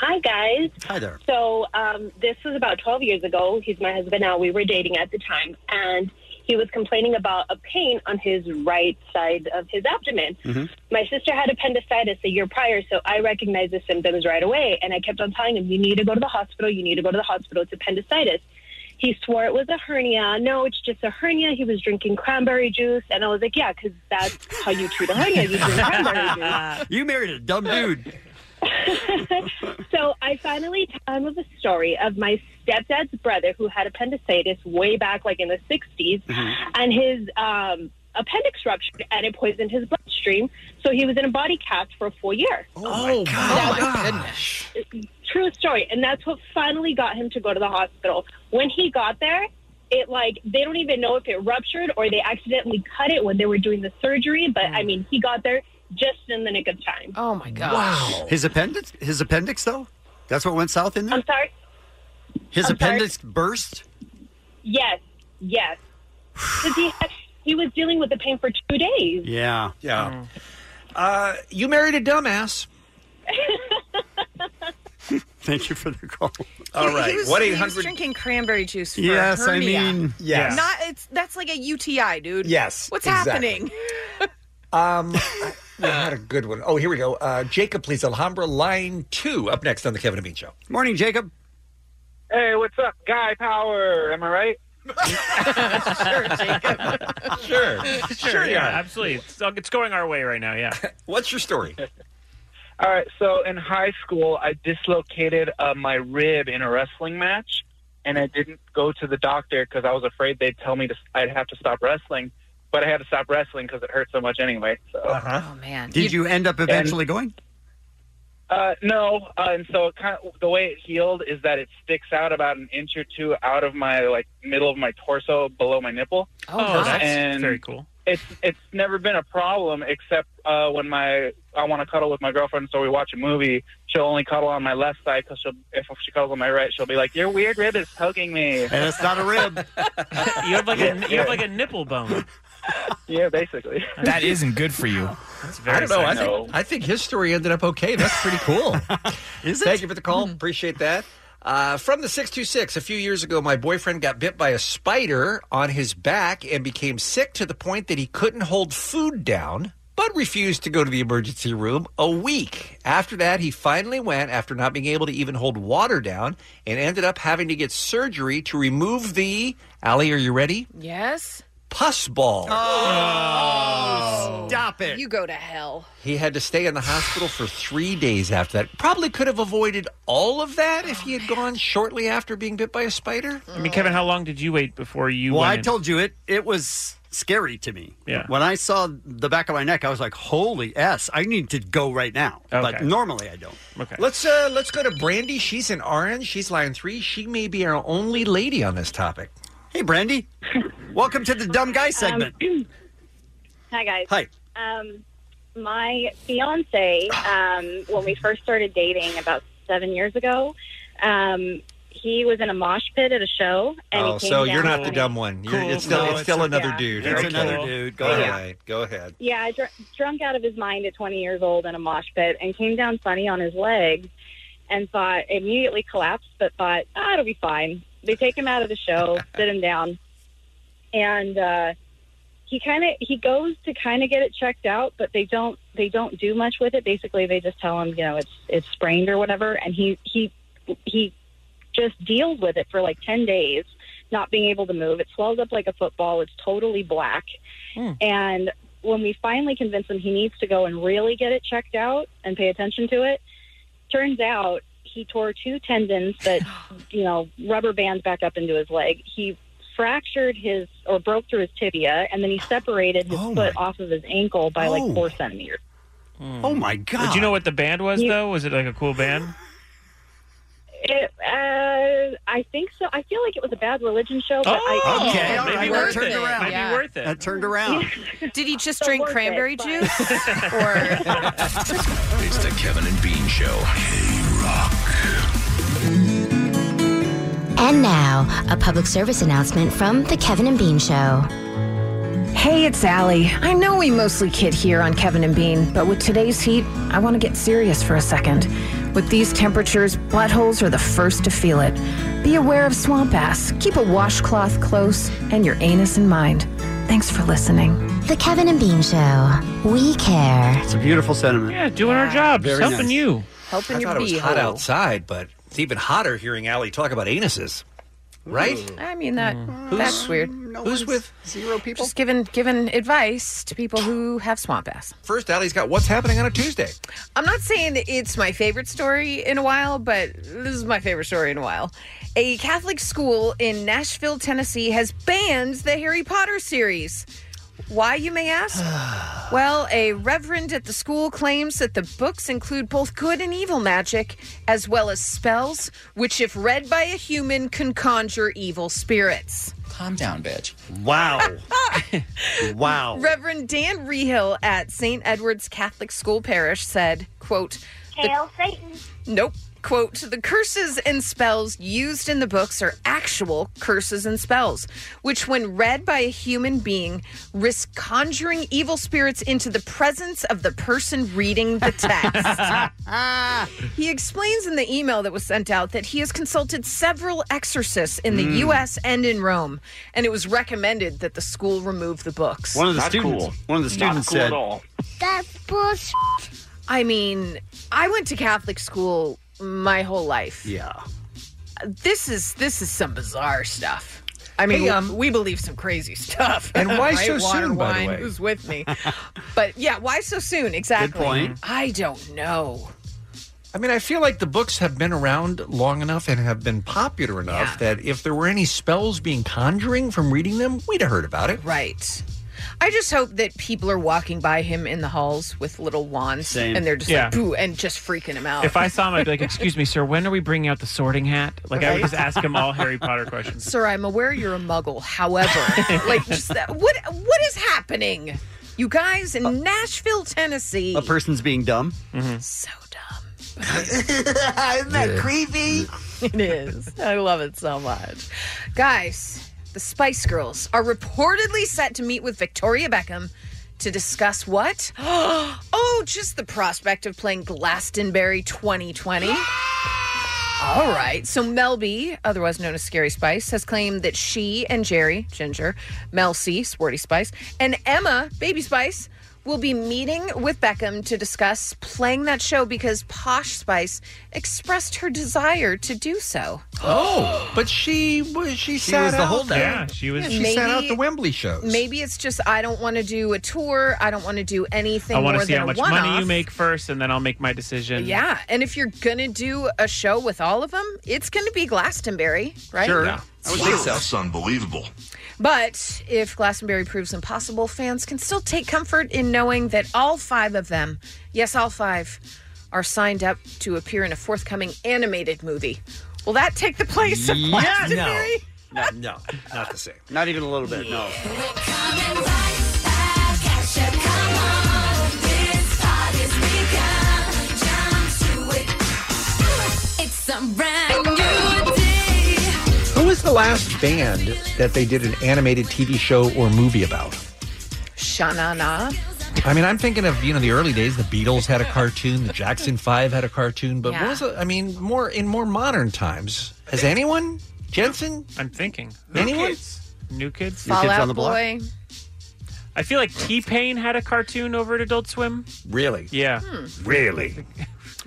Hi, guys.
Hi there.
So, um, this was about 12 years ago. He's my husband now. We were dating at the time, and he was complaining about a pain on his right side of his abdomen.
Mm-hmm.
My sister had appendicitis a year prior, so I recognized the symptoms right away. And I kept on telling him, You need to go to the hospital. You need to go to the hospital. It's appendicitis. He swore it was a hernia. No, it's just a hernia. He was drinking cranberry juice. And I was like, Yeah, because that's how you treat a hernia. You drink cranberry juice.
*laughs* you married a dumb dude.
so I finally tell him of a story of my stepdad's brother who had appendicitis way back, like in the 60s,
Mm-hmm.
Mm-hmm.
and his um, appendix ruptured and it poisoned his bloodstream. So he was in a body cast for a full year.
Oh, my gosh.
True story. And that's what finally got him to go to the hospital. When he got there, it like they don't even know if it ruptured or they accidentally cut it when they were doing the surgery. But
Mm.
I mean, he got there just in the nick of time.
Oh my gosh.
His appendix, his appendix though? That's what went south in there? I'm
sorry?
His
I'm sorry?
appendix burst?
Yes, yes. 'Cause he, had, he was dealing with the pain for two days.
Yeah.
Yeah. Uh, you married a dumbass.
Thank you for the call.
*laughs* All
He
right.
was-
What
he
eight
was
hundred?
drinking cranberry juice for
Yes,
a
I
hernia.
mean, yes.
Not it's that's like a UTI, dude.
Yes,
What's
exactly.
happening?
Um, I- we had a good one. Oh, here we go. Uh, Jacob, please, Alhambra, line two, up next on the Kevin and Bean Show.
Morning, Jacob.
Hey, what's up, Guy Power? Am I right? sure, Jacob.
*laughs* sure, yeah, absolutely. It's, it's going our way right now. Oh, Yeah.
What's your story?
*laughs* All right. So in high school, I dislocated uh, my rib in a wrestling match, and I didn't go to the doctor because I was afraid they'd tell me to I'd have to stop wrestling. But I had to stop wrestling because it hurt so much anyway. So.
Uh-huh.
Oh man.
Did you end up eventually going?
Uh, no, uh, and so it kind of, the way it healed is that it sticks out about an inch or two out of my like middle of my torso below my nipple. Uh,
Oh, that's
and
very cool.
It's it's never been a problem except uh, when my I want to cuddle with my girlfriend, so we watch a movie. She'll only cuddle on my left side because she'll if she cuddles on my right, she'll be like, "Your weird rib is poking me," and
it's not a rib.
*laughs* you have like a you have like a nipple bone.
*laughs* yeah, basically.
That isn't good for you. That's
I don't know. I think, I think his story ended up okay. That's pretty
*laughs*
cool. Is it? Thank you for the call. Appreciate that. Uh, from the 626, a few years ago, my boyfriend got bit by a spider on his back and became sick to the point that he couldn't hold food down, but refused to go to the emergency room a week. After that, he finally went after not being able to even hold water down and ended up having to get surgery to remove the. Allie, are you ready?
Yes.
Pus ball. Oh,
Stop it. Oh. You go to hell.
He had to stay in the hospital for three days after that. Probably could have avoided all of that if he had gone shortly after being bit by a spider.
Oh, I mean, Kevin, how long did you wait before you?
well,
went
I
in?
told you it. It was scary to me.
Yeah.
When I saw the back of my neck, I was like, "Holy s! I need to go right now." But
Okay.
normally I don't.
Okay.
Let's uh, let's go to Brandy. She's in orange. She's line three. She may be our only lady on this topic.
Hey,
*laughs*
Brandy. Welcome to the dumb guy segment.
Hi, guys.
Hi.
Um, my fiance, um, when we first started dating about seven years ago, um, he was in a mosh pit at a show. And he
oh,
came
so you're
down
not the
and-
dumb one. You're,
Cool.
it's still
No,
it's
it's
still
okay.
another
Yeah.
dude.
It's
Okay.
another dude. Go
All
ahead.
right, Go ahead.
Yeah, dr- drunk out of his mind at 20 years old in a mosh pit and came down funny on his legs and thought, immediately collapsed, but thought, ah, it'll be fine. They take him out of the show, sit him down. And, uh, he kind of he goes to kind of get it checked out, but they don't they don't do much with it. Basically, they just tell him you know it's it's sprained or whatever, and he he he just deals with it for like ten days, not being able to move. It swells up like a football. It's totally black, and when we finally convince him he needs to go and really get it checked out and pay attention to it, turns out he tore two tendons that, you know, rubber band back up into his leg. He fractured his or broke through his tibia and then he separated his foot off of his ankle by
Oh.
like four centimeters.
Oh my god!
Hmm. Did you know what the band was though? Was it like a cool band?
It, uh, I think so. I feel like it was a bad religion show, but
Oh,
Oh,
I
okay, all right, that turned around.
Might be Yeah. worth
That turned around.
Did he
*laughs*
just
So
drink
worth it,
cranberry
but-
*laughs*
juice?
*laughs*
It's the Kevin and Bean Show.
And now, a public service announcement from The Kevin and Bean Show.
Hey, it's Allie. I know we mostly kid here on Kevin and Bean, but with today's heat, I want to get serious for a second. With these temperatures, buttholes are the first to feel it. Be aware of swamp ass, keep a washcloth close, and your anus in mind. Thanks for listening.
The Kevin and Bean Show. We care.
It's a beautiful sentiment.
Yeah, doing our jobs,
Very
helping
nice.
you,
I thought it was hot outside, but it's even hotter hearing Allie talk about anuses. Right? Hmm.
I mean that. That's weird.
who's with zero people?
Just giving giving advice to people who have swamp ass.
First, Allie's got what's happening on a Tuesday.
I'm not saying that it's my favorite story in a while, but this is my favorite story in a while. A Catholic school in Nashville, Tennessee has banned the Harry Potter series. Why, you may ask?
*sighs*
well, a reverend at the school claims that the books include both good and evil magic, as well as spells, which, if read by a human, can conjure evil spirits.
Calm down, bitch.
Wow.
*laughs*
wow.
Reverend Dan Rehill at St. Edward's Catholic School Parish said, quote,
Hail
Satan. Nope. Quote, the curses and spells used in the books are actual curses and spells, which, when read by a human being, risk conjuring evil spirits into the presence of the person reading the text. He explains in the email that was sent out that he has consulted several exorcists in the
Mm.
U.S. and in Rome, and it was recommended that the school remove the books.
One of the students. One of the students said.
That's bullshit. I mean, I went to Catholic school my whole life.
Yeah.
This is this is some bizarre stuff. I mean,
Hey, um,
we believe some crazy stuff.
And why
*laughs* Right?
so
Water,
soon, by the
wine,
way?
Who's with me? but yeah, why so soon? Exactly.
point.
I don't know.
I mean, I feel like the books have been around long enough and have been popular enough that if there were any spells being conjuring from reading them, we'd have heard about it.
Right. I just hope that people are walking by him in the halls with little wands
Same.
and they're just
Yeah.
like, boo, and just freaking him out.
If I saw him, I'd be like,
*laughs*
"Excuse me, sir. When are we bringing out the Sorting Hat?" Like I would
Right?
just ask him all Harry Potter
*laughs*
questions.
Sir, I'm aware you're a muggle. However, like, just that, what what is happening? You guys in Nashville, Tennessee.
A
*laughs*
person's being dumb.
Mm-hmm.
So
Isn't that creepy?
It is. I love it so much. Guys, the Spice Girls are reportedly set to meet with Victoria Beckham to discuss what? *gasps* Oh, just the prospect of playing Glastonbury 2020. All right. So Mel B, otherwise known as Scary Spice, has claimed that she and Jerry, Ginger, Mel C, Swarty Spice, and Emma, Baby Spice, will be meeting with Beckham to discuss playing that show because Posh Spice expressed her desire to do so.
*gasps* Oh, but she was she,
She
sat
was the
out.
holdout.
Yeah, she was.
Yeah,
she sat out
maybe-
the Wembley shows.
Maybe it's just I don't want to do a tour. I don't want to do anything
I want
more
to see
than
how much
a one-off.
money you make first, and then I'll make my decision.
Yeah, and if you're gonna do a show with all of them, it's gonna be Glastonbury, right?
That's unbelievable.
But if Glastonbury proves impossible, fans can still take comfort in knowing that all five of them, yes, all five, are signed up to appear in a forthcoming animated movie. Will that take the place of
Yeah, no.
Glastonbury?
No, no, not the same. Not even a little bit. No.
It's a brand new day.
Who was the last band that they did an animated TV show or movie about?
Shanana.
I mean, I'm thinking of you know the early days. The Beatles had a cartoon. The Jackson Five had a cartoon. But
Yeah.
what was it? I mean, more in more modern times. Has anyone? Jensen?
I'm thinking.
Anyone?
New kids.
New Kids
Fallout
on the Block?
Boy.
I feel like T Pain had a cartoon over at Adult Swim.
Really?
Yeah.
Hmm.
Really?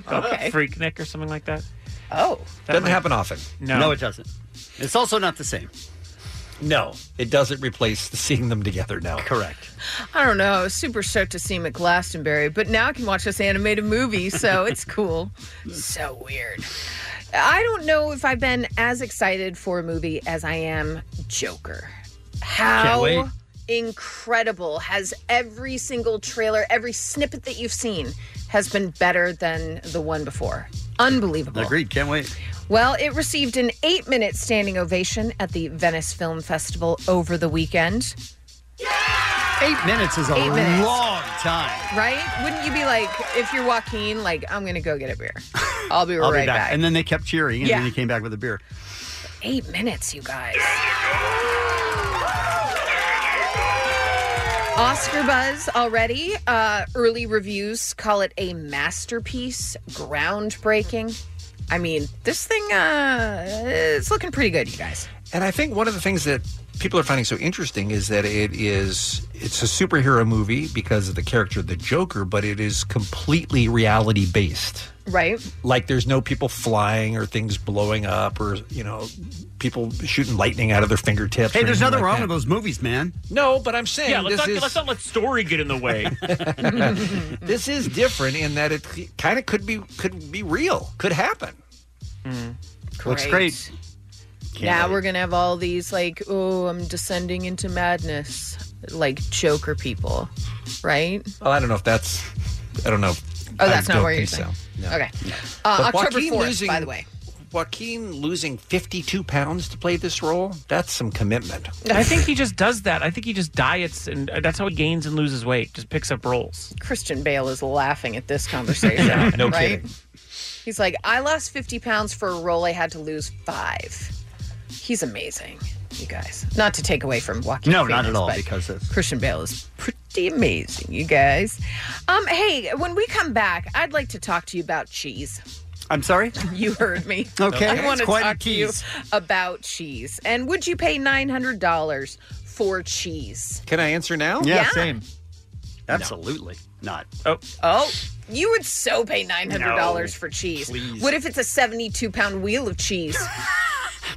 Okay. Freaknik or something like that.
Oh.
doesn't happen often.
No.
No, it doesn't. It's also not the same.
No, it doesn't replace the seeing them together. No, correct.
I don't know. I was super stoked to see him at Glastonbury, but now I can watch this animated movie, so it's cool. So weird. I don't know if I've been as excited for a movie as I am Joker.
wait.
How incredible has every single trailer, every snippet that you've seen has been better than the one before. Unbelievable.
Agreed. Can't wait.
Well, it received an eight minute standing ovation at the Venice Film Festival over the weekend.
Eight minutes is a
Eight minutes.
long time.
Right? Wouldn't you be like, if you're Joaquin, like, I'm going to go get
*laughs*
a beer? I'll be
I'll
right
be back.
back.
And then they kept cheering, and
Yeah.
then he came back with a beer.
Eight minutes, you guys. Oscar buzz already. Uh, early reviews call it a masterpiece, groundbreaking. I mean, this thing uh, it's looking pretty good, you guys.
And I think one of the things that people are finding so interesting is that it is it's a superhero movie because of the character of the Joker, but it is completely reality based.
Right?
Like there's no people flying or things blowing up or you know people shooting lightning out of their fingertips.
Hey,
or
there's
anything
nothing
like
wrong
that.
with those movies, man.
No, but I'm saying
Yeah, let's
this
not,
is
let's not let story
*laughs*
get in the way.
this is different in that it kind of could be could be real, could happen.
Mm.
Looks Great. great. now we're going to have all these, like, oh, I'm descending into madness, like Joker people, right?
Well, I don't know if that's. I don't know. if-
Oh,
I
that's not
don't
where you're
think
saying.
so. No.
Okay. Uh,
But
October
Joaquin
4th,
losing-
by the way.
Joaquin losing 52 pounds to play this role, that's some
*laughs*
commitment.
I think he just does that. I think he just diets, and uh, that's how he gains and loses weight. Just picks up rolls.
Christian Bale is laughing at this conversation.
*laughs*
no
right? He's like, I lost 50 pounds for a role I had to lose five. He's amazing, you guys. Not to take away from Joaquin.
No, not
Phoenix,
at all.
but
Because of
Christian Bale is pretty amazing, you guys. Um, hey, when we come back, I'd like to talk to you about cheese.
*laughs* I'm sorry.
You heard me.
*laughs* Okay,
I
it's
want to
quite a
talk to you
tease.
about cheese. And would you pay nine hundred dollars for cheese?
Can I answer now?
Yeah, Yeah. same.
Absolutely not.
Oh,
Oh, you would so pay nine hundred dollars
No,
for cheese.
please.
What if it's a seventy-two pound wheel of cheese?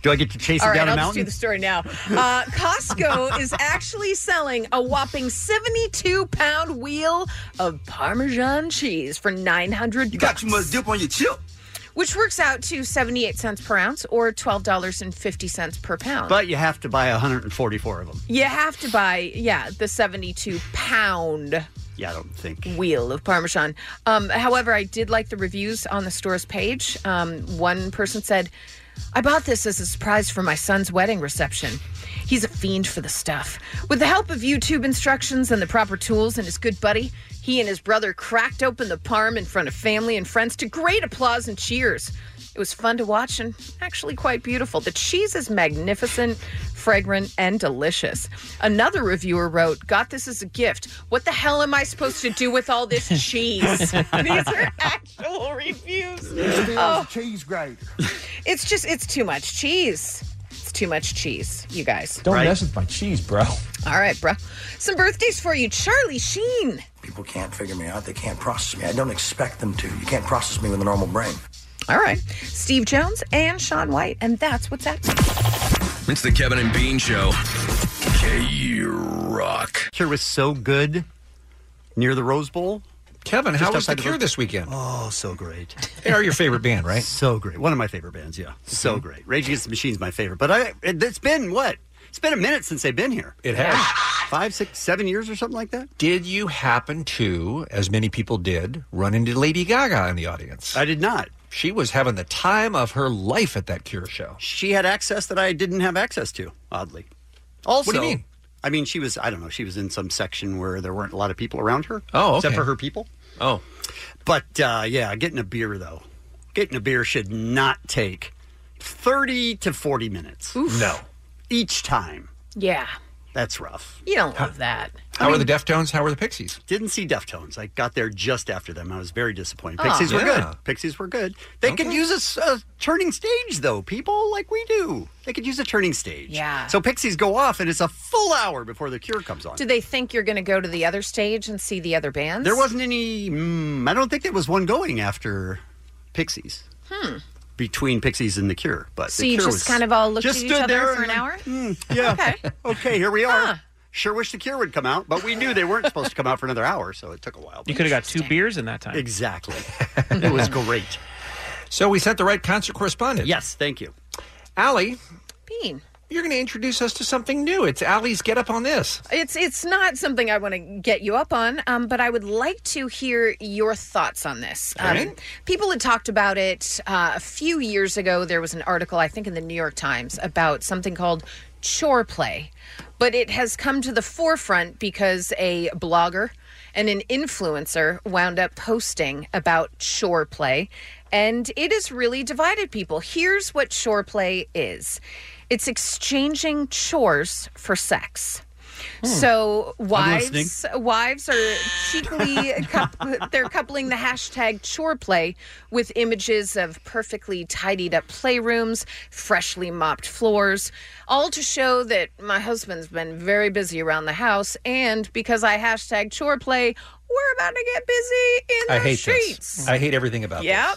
Do I get to chase
All
him
right,
down
I'll
a
just do
mountain?
the story
*laughs*
now. Uh, Costco is actually selling a whopping seventy-two pound wheel of Parmesan cheese for nine hundred. You got too much dip on your chip. which works out to 78 cents per ounce or $12.50 per pound.
But you have to buy 144 of them.
you have to buy, yeah, the 72 pound
Yeah, I don't think.
wheel of Parmesan. Um, however, I did like the reviews on the store's page. Um, one person said, I bought this as a surprise for my son's wedding reception. He's a fiend for the stuff. With the help of YouTube instructions and the proper tools and his good buddy, he and his brother cracked open the parm in front of family and friends to great applause and cheers. It was fun to watch and actually quite beautiful. The cheese is magnificent, fragrant, and delicious. Another reviewer wrote, Got this as a gift. What the hell am I supposed to do with all this
*laughs*
cheese? These are actual reviews. Oh,
cheese grater.
it's just, it's too much cheese. It's too much cheese, you guys.
Don't mess with my cheese, bro.
All right, bro. Some birthdays for you. Charlie Sheen.
People can't figure me out. They can't process me. I don't expect them to. You can't process me with a normal brain.
All right. Steve Jones and Sean White. And that's what's happening.
It's the Kevin and Bean Show. K Rock.
Cure was so good near the Rose Bowl.
Kevin,
Just
how was the
outside
Cure
Rose-
this weekend?
Oh, so great.
They are your favorite band, right? Mm-hmm.
So great. One of my favorite bands, yeah. So great. Rage Against the Machine's my favorite. But I it, it's been what? It's been a minute since they've been here.
It has.
Five, six, seven years or something like that?
Did you happen to, as many people did, run into Lady Gaga in the audience? I
did not.
She was having the time of her life at that Cure show.
She had access that I didn't have access to, oddly. Also,
What do you mean?
I mean, she was, I don't know, she was in some section where there weren't a lot of people around her.
Oh,
Except
okay.
for her people.
Oh.
But uh, yeah, getting a beer, though. Getting a beer should not take 30 to 40 minutes.
No.
Each time.
Yeah.
That's rough.
You don't love that.
How are the Deftones? How are the Pixies?
Didn't see Deftones. I got there just after them. I was very disappointed.
Oh.
Pixies were
Yeah.
good. Pixies were good. They could use a s- a, turning stage, though, people like we do. They could use a turning stage.
Yeah.
So Pixies go off, and it's a full hour before the cure comes on.
Do they think you're going to go to the other stage and see the other bands?
There wasn't any, mm, I don't think there was one going after Pixies,
Hmm.
between Pixies and the cure. But
So
the
you
cure
just
was-
kind of all looked
just
at each
stood
other
there
for an
and hmm.
hour?
yeah. Okay. okay, here we are. Sure wish the cure would come out, but we knew they weren't supposed to come out for another hour, so it took a while.
You could have got two beers in that time. *laughs*
Exactly. it was great.
So we sent the right concert correspondent.
Yes, thank you.
Allie,
Bean.
you're going to introduce us to something new. It's Allie's Get Up on This.
It's it's not something I want to get you up on, um, but I would like to hear your thoughts on this.
All
Um,
right.
People had talked about it uh, a few years ago. There was an article, I think, in the New York Times about something called chore play, but it has come to the forefront because a blogger and an influencer wound up posting about chore play, and it has really divided people. Here's what chore play is: it's exchanging chores for sex. So wives wives are cheekily coup- they're coupling the hashtag chore play with images of perfectly tidied up playrooms, freshly mopped floors, all to show that my husband's been very busy around the house and because I hashtag chore play, we're about to get busy in the
I hate
streets.
this. I hate everything about *laughs*
Yep.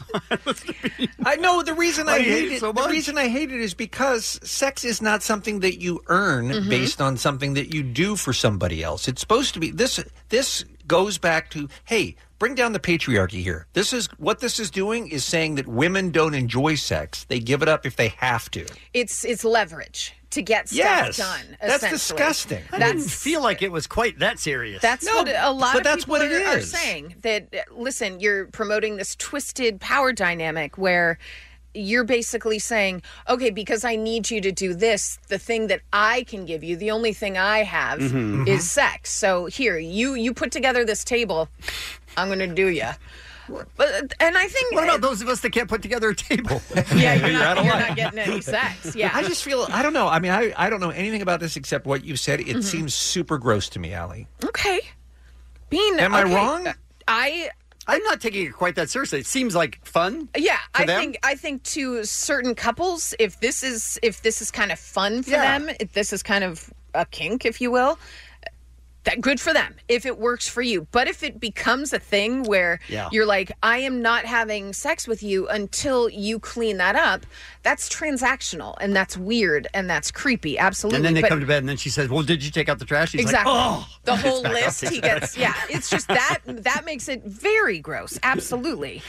I know the reason
Why
I
do you hate
hate
it
it.
so
the
much?
reason I hate it is because sex is not something that you earn
Mhm.
based on something that you do for somebody else. It's supposed to be this. This goes back to hey, bring down the patriarchy here. This is what this is doing is saying that women don't enjoy sex; they give it up if they have to.
It's it's leverage to get stuff
Yes.
done.
That's
essentially.
disgusting.
I
That's
didn't feel like it was quite that serious.
That's what a lot
but
of
that's
people
what
are,
it
are
is.
saying. That uh, listen, you're promoting this twisted power dynamic where you're basically saying, okay, because I need you to do this, the thing that I can give you, the only thing I have
Mhm.
is sex. So here, you you put together this table, I'm going to do you. But uh, and I think
What about those of us that can't put together a table?
yeah, you're,
You're out
not,
of
you're
line.
not getting any sex. Yeah,
I just feel I don't know. I mean, I, I don't know anything about this except what you said. It
Mhm.
seems super gross to me, Allie.
okay. Bean,
Am I
okay, uh,
wrong?
I
I'm not taking it quite that seriously. It seems like fun.
Yeah,
to
I
them?
think I think to certain couples, if this is if this is kind of fun for
Yeah.
them, if this is kind of a kink, if you will, that good for them. If it works for you, but if it becomes a thing where
Yeah.
you're like, I am not having sex with you until you clean that up, that's transactional and that's weird and that's creepy. Absolutely.
And then they
But-
come to bed, and then she says, "Well, did you take out the trash?" He's
exactly.
Like, oh,
The
*laughs*
whole
It's back up
list
to
he
that.
gets. Yeah, it's just that that makes it very gross. Absolutely.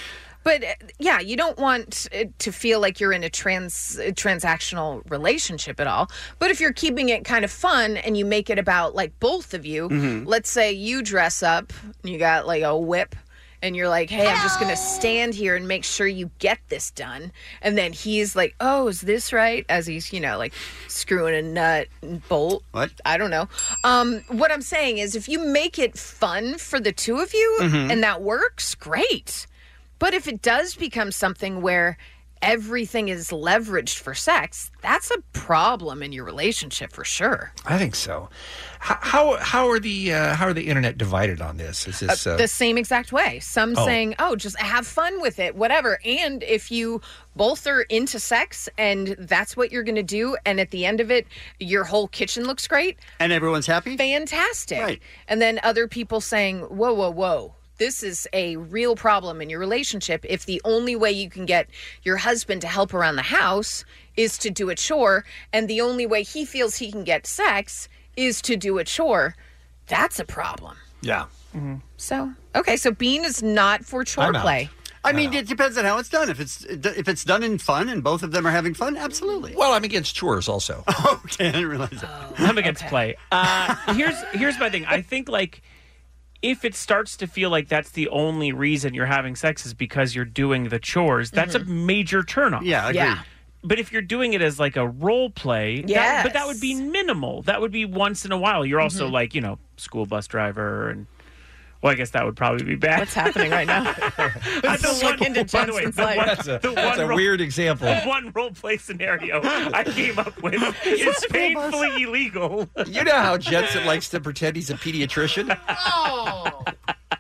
But uh, yeah, you don't want it to feel like you're in a trans a transactional relationship at all. But if you're keeping it kind of fun and you make it about like both of you,
Mhm.
let's say you dress up and you got like a whip and you're like, "Hey, I'm just going to stand here and make sure you get this done." And then he's like, "Oh, is this right?" as he's, you know, like screwing a nut and bolt.
What?
I don't know. Um what I'm saying is if you make it fun for the two of you
Mhm.
and that works, great. But if it does become something where everything is leveraged for sex, that's a problem in your relationship for sure.
I think so. H- How how are the uh, how are the internet divided on this? Is this
Uh,
uh,
the same exact way. Some
Oh.
saying, "Oh, just have fun with it, whatever." And if you both are into sex and that's what you're going to do, and at the end of it, your whole kitchen looks great,
*laughs* And everyone's happy?
fantastic.
Right.
And then other people saying, "Whoa, whoa, whoa." This is a real problem in your relationship if the only way you can get your husband to help around the house is to do a chore, and the only way he feels he can get sex is to do a chore. That's a problem.
Yeah.
Mm-hmm.
So okay, so Bean is not for chore
I'm out.
play.
I mean, it depends on how it's done. If it's if it's done in fun and both of them are having fun, absolutely.
Well, I'm against chores also.
*laughs* okay, I didn't realize that.
Oh, I'm against play. Uh, here's here's my thing. I think like if it starts to feel like that's the only reason you're having sex is because you're doing the chores, that's a
Mm-hmm.
major turnoff.
Yeah, I agree. Yeah.
But if you're doing it as like a role play, that- but that would be minimal. That would be once in a while. You're also
Mhm.
like you know school bus driver and. Well, I guess that would probably be bad.
What's happening
*laughs*
right now? *laughs*
the one, *laughs* by the way, the one,
That's a-
the
that's
one
a
role-
weird example.
The *laughs* one role play scenario I came up
*laughs*
with is painfully illegal.
You know how Jensen likes to pretend he's a pediatrician. Oh.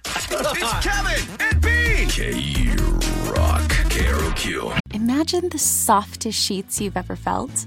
it's Kevin and Bean.
K Rock KROQ.
Imagine the softest sheets you've ever felt.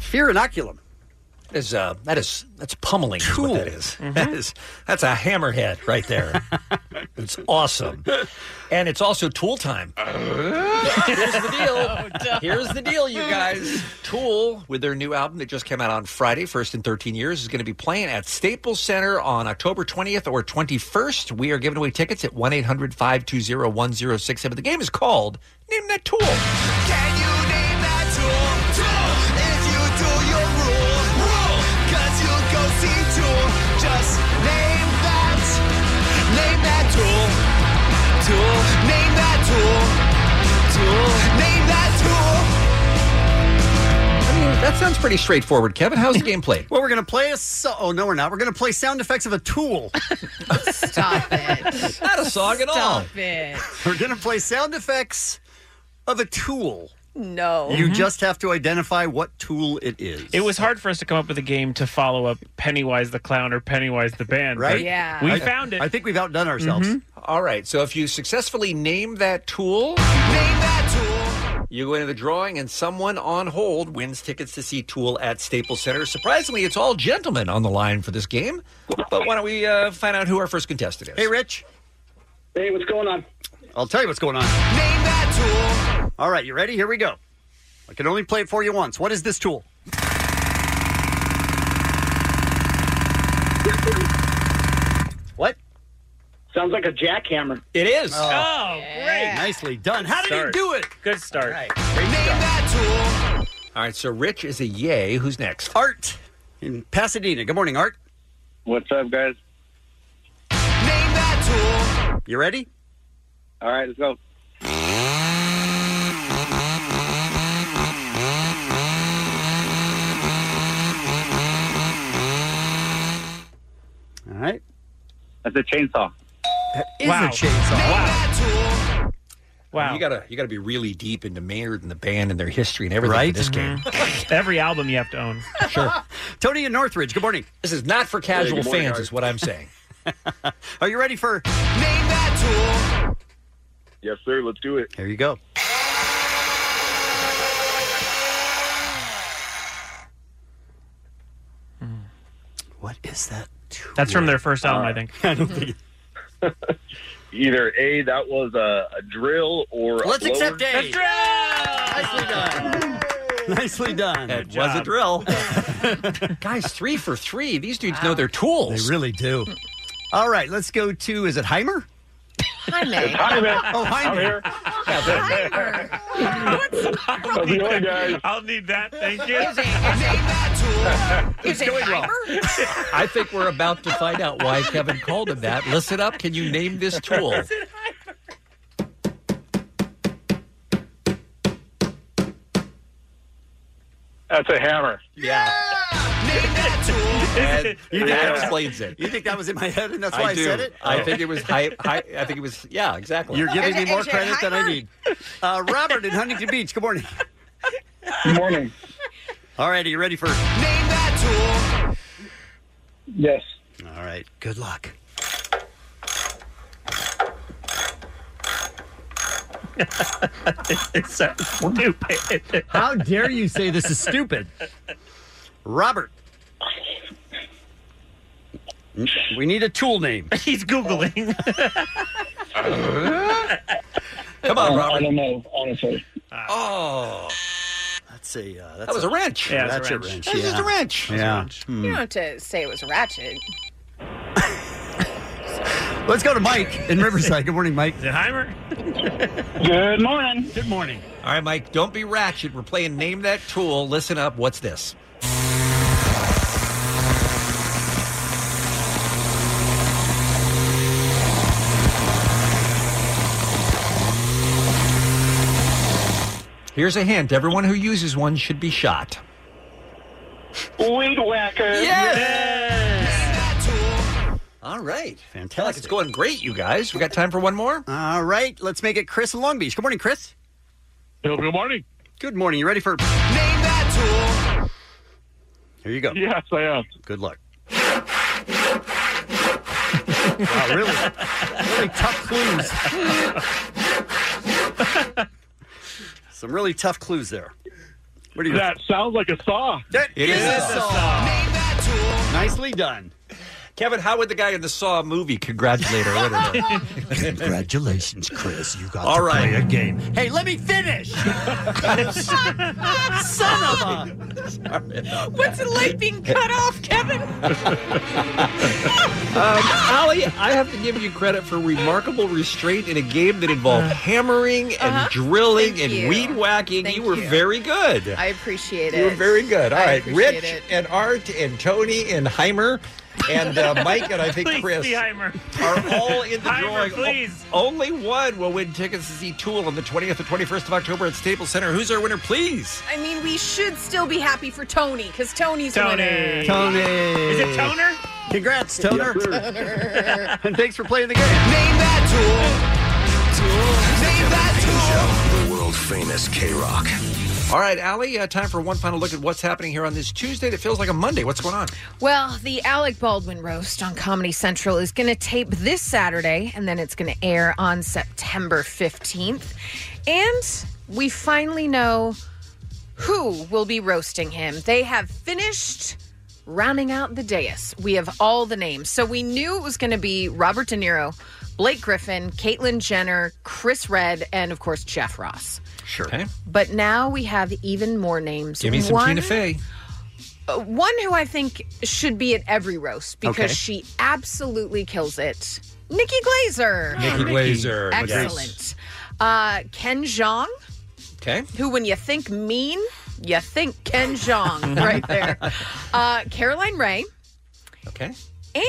Fear inoculum.
Is uh, that is that's pummeling. Is what that is. That is that's a hammerhead right *laughs* there. it's awesome, and it's also tool time. Here's the
*laughs*
deal.
Oh,
Here's the deal, you *laughs*
*laughs*
guys. Tool, with their new album that just came out on Friday, first in 13 years, is going to be playing at Staples Center on October 20th or 21st. We are giving away tickets at 1 800 520 1067. The game is called Name That Tool.
Can you name that tool? Tool. If you do, you'll rule. Rule. Cause you'll go see tool. Just name that. Name that tool. Tool. Name that tool. Tool. Name that tool.
I mean, that sounds pretty straightforward, Kevin.
*laughs*
How's the game played?
Well, we're gonna play a. So- oh no, we're not. We're gonna play sound effects of a tool.
*laughs* Stop it.
Not a song at all.
Stop it.
We're gonna play sound effects of a tool.
No.
You just have to identify what tool it is.
It was hard for us to come up with a game to follow up Pennywise the Clown or Pennywise the Band,
Right?
but We found it.
I think we've outdone
ourselves. Mhm.
All right. So if you successfully name that tool, you go into the drawing, and someone on hold wins tickets to see Tool at Staples Center. Surprisingly, it's all gentlemen on the line for this game. But why don't we uh, find out who our first contestant is? Hey,
Rich.
Hey, what's going on?
I'll tell you what's going on.
Name that tool.
All right, you ready? Here we go. I can only play it for you once. What is this tool? *laughs* What?
Sounds like a jackhammer.
It is.
Oh,
great. Nicely done. How did you do it?
Good start.
All right. So Rich is a yay. Who's next?
Art in Pasadena. Good morning, Art.
What's up, guys?
Name that tool.
You ready?
All right, let's go.
All right.
That's a chainsaw.
Is wow. a chainsaw.
Wow.
Wow. You gotta you gotta be really deep into Maynard and the band and their history and everything
Right?
for this game.
Every
*laughs*
album you have to own.
Sure.
Tony in Northridge. Good morning.
This is not for casual
Hey, good morning,
fans,
Art.
*laughs* is what I'm saying.
Are you ready for
Name that tool.
Yes, sir. Let's do it. Here you go. What is that?
That's from their first album, I think.
I don't *laughs* think.
Either A, that was a, a drill or a
Let's
blower.
accept A.
That's
Nicely done. Nicely done.
It was a drill. *laughs* Guys, three for three. These dudes know their tools.
They really do. All right, let's go to. Is it Heimer?
Jaime.
Oh, Heimer.
I'll need, that. I'll need that. Thank you.
It's going well. *laughs* I think we're about to find out why Kevin called him that. Listen up. Can you name
*laughs*
this tool?
That's a hammer.
Yeah.
And
You
that
did.
explains it.
You think that was in my head, and that's
I
why I,
do.
said it? Oh.
I think it was. Hi, hi, I think it was. Yeah, exactly.
You're giving me more credit than I need. Uh, Robert in Huntington Beach.
*laughs*
Good morning. Good morning. All right, are you ready for name that tool? Yes. All right. Good luck.
it's so stupid.
How dare you say this is stupid, Robert? We need a tool name.
He's
*laughs*
googling.
Come on,
Um,
Robert.
I don't know, honestly.
Oh,
that's a uh, Ah, that's
that was a, wrench.
Yeah, that's a wrench.
That's just a
yeah.
wrench.
Yeah.
You
Hmm.
don't have to say it was a ratchet.
Hmm. Let's go to Mike in Riverside. Good morning, Mike.
Is it Heimer?
Good morning. Good morning. All right, Mike. Don't be ratchet. We're playing name that tool. Listen up. What's this? Here's a hint. Everyone who uses one should be shot.
Weed whacker.
All right.
Fantastic.
it's going great, you guys. We got time for one more?
All right, let's make it Chris in Long Beach. Good morning, Chris. Good morning. Good morning. You ready for name that tool? Here you go. Yes, I am. Good luck. wow, really, really tough clues. Some really tough clues there. What do you?
That sounds like a saw.
That
It is a saw.
Nicely done.
Kevin, how would the guy in the Saw movie congratulate her?
*laughs*
*laughs*
Congratulations, Chris. You got
All
to
right.
play a game. Hey, let me
*laughs*
finish. Son of
a.
What's it like being cut off, Kevin?
Um, Allie, I have to give you credit for remarkable restraint in a game that involved hammering and
Uh-huh.
drilling
Thank
and
you.
weed whacking.
Thank
you were
you.
very good.
I appreciate it.
you were very good. All
I
right,
appreciate
Rich
it.
and Art and Tony and Heimer and
*laughs*
uh, Mike and I
Please
think Chris
be Heimer.
are all in the
Heimer,
drawing. O-
please.
Only one will win tickets to see Tool on the 20th and 21st of October at Staples Center. Who's our winner, please?
I mean, we should still be happy for Tony because Tony's
Tony.
winning.
Tony.
Is it Toner?
Congrats, Toner.
Toner.
*laughs* and thanks for playing the game. Name that tool. Name that
The world famous K Rock.
All right, Allie, uh, time for one final look at what's happening here on this Tuesday that feels like a Monday. What's going on?
Well, the Alec Baldwin roast on Comedy Central is going to tape this Saturday, and then it's going to air on September 15th. And we finally know who will be roasting him. They have finished rounding out the dais. We have all the names. So we knew it was going to be Robert De Niro, Blake Griffin, Caitlyn Jenner, Chris Red, and of course, Jeff Ross.
Sure. Okay.
But now we have even more names.
Give me some
One-
Tina Fey.
uh, one who I think should be at every roast because
Okay.
she absolutely kills it. Nikki Glazer.
Nikki Oh, Nikki. Glaser.
Excellent. Uh, Ken Jeong,
Okay.
who when you think mean, you think
*laughs*
Ken Jeong right there. Uh, Caroline Ray
Okay.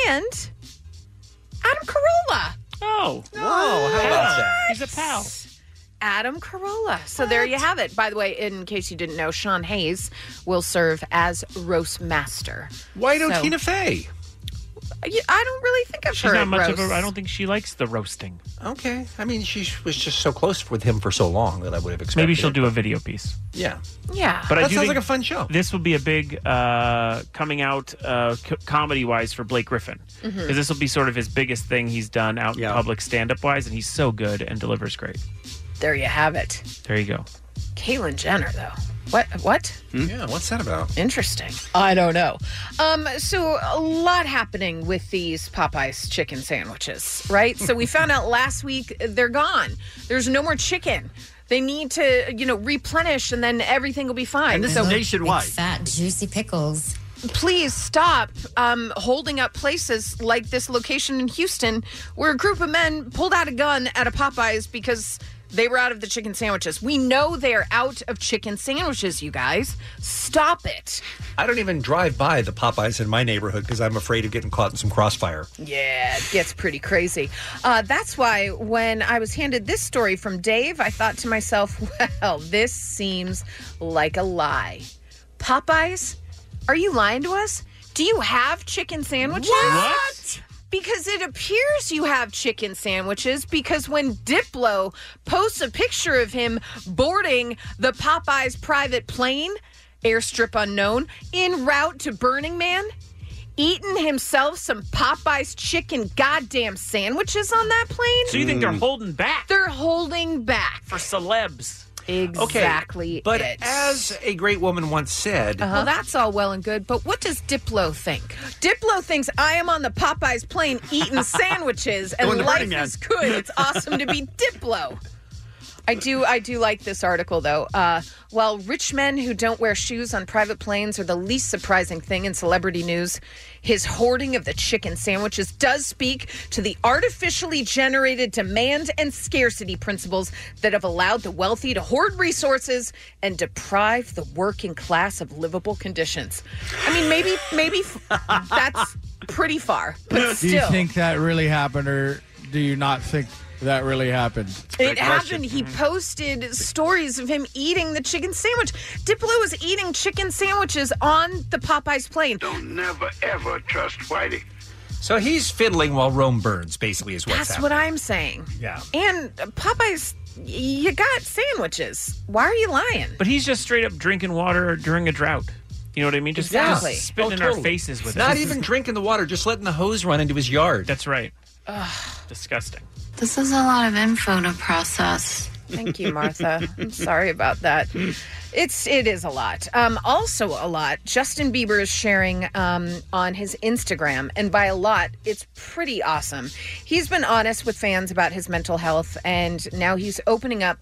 and Adam Carolla.
Oh.
Whoa, how about that?
He's a pal.
Adam Carolla. So there you have it. By the way, in case you didn't know, Sean Hayes will serve as roast master.
Why no
So-
Tina Fey?
I I don't really think of
She's
her.
not
at
much of a.
roasts.
I don't think she likes the roasting.
Okay. I mean, she was just so close with him for so long that I would have expected.
Maybe she'll
it.
do a video piece.
Yeah.
Yeah.
But I
That
do
sounds
think
like a fun show.
This will be a big uh, coming out uh, co- comedy wise for Blake Griffin because
Mhm.
this will be sort of his biggest thing he's done out in public stand up wise, and he's so good and delivers great.
There you have it.
There you go.
Caitlyn Jenner, though. What? What?
Yeah. What's that about?
Interesting. I don't know. Um, so a lot happening with these Popeyes chicken sandwiches, right? so we found out last week they're gone. There's no more chicken. They need to, you know, replenish, and then everything will be fine. so
Fat, juicy pickles.
please stop um, holding up places like this location in Houston where a group of men pulled out a gun at a Popeyes because they were out of the chicken sandwiches. We know they're out of chicken sandwiches, you guys. Stop it.
I don't even drive by the Popeyes in my neighborhood because I'm afraid of getting caught in some crossfire.
Yeah, it gets pretty crazy. Uh, that's why when I was handed this story from Dave, I thought to myself, *laughs* well, this seems like a lie. Popeyes, are you lying to us? Do you have chicken sandwiches?
What?
Because it appears you have chicken sandwiches because when Diplo posts a picture of him boarding the Popeyes private plane, airstrip unknown, en route to Burning Man, eating himself some Popeyes chicken goddamn sandwiches on that plane.
So you think they're holding back?
They're holding back
for celebs.
Exactly.
But
it. Uh-huh.
as a great woman once said,
Well, that's all well and good, but what does Diplo think? Diplo thinks I am on the Popeyes plane *laughs* eating sandwiches, and
Going to
life
Burning Man.
is good. It's awesome to be Diplo. I do, I do like this article though. Uh, while rich men who don't wear shoes on private planes are the least surprising thing in celebrity news, his hoarding of the chicken sandwiches does speak to the artificially generated demand and scarcity principles that have allowed the wealthy to hoard resources and deprive the working class of livable conditions. I mean, maybe, maybe f- that's pretty far, but
*laughs* Do you
still.
think that really happened, or do you not think that really happened?
It happened. He
Mm-hmm.
posted stories of him eating the chicken sandwich. Diplo is eating chicken sandwiches on the Popeyes plane.
Never ever trust Whitey.
so he's fiddling while Rome burns, basically, is what's
That's
happening.
what I'm saying.
Yeah.
And uh, Popeyes, y- you got sandwiches. Why are you lying?
But he's just straight up drinking water during a drought. You know what I mean? Just,
Exactly.
just spitting
Oh,
in our
totally.
faces with
Not
it.
even drinking the water, just letting the hose run into his yard.
That's right. Disgusting.
This is a lot of info to process.
Thank you, Martha. I'm sorry about that. It's it is a lot. Um, also a lot. Justin Bieber is sharing um, on his Instagram, and by a lot, it's pretty awesome. He's been honest with fans about his mental health, and now he's opening up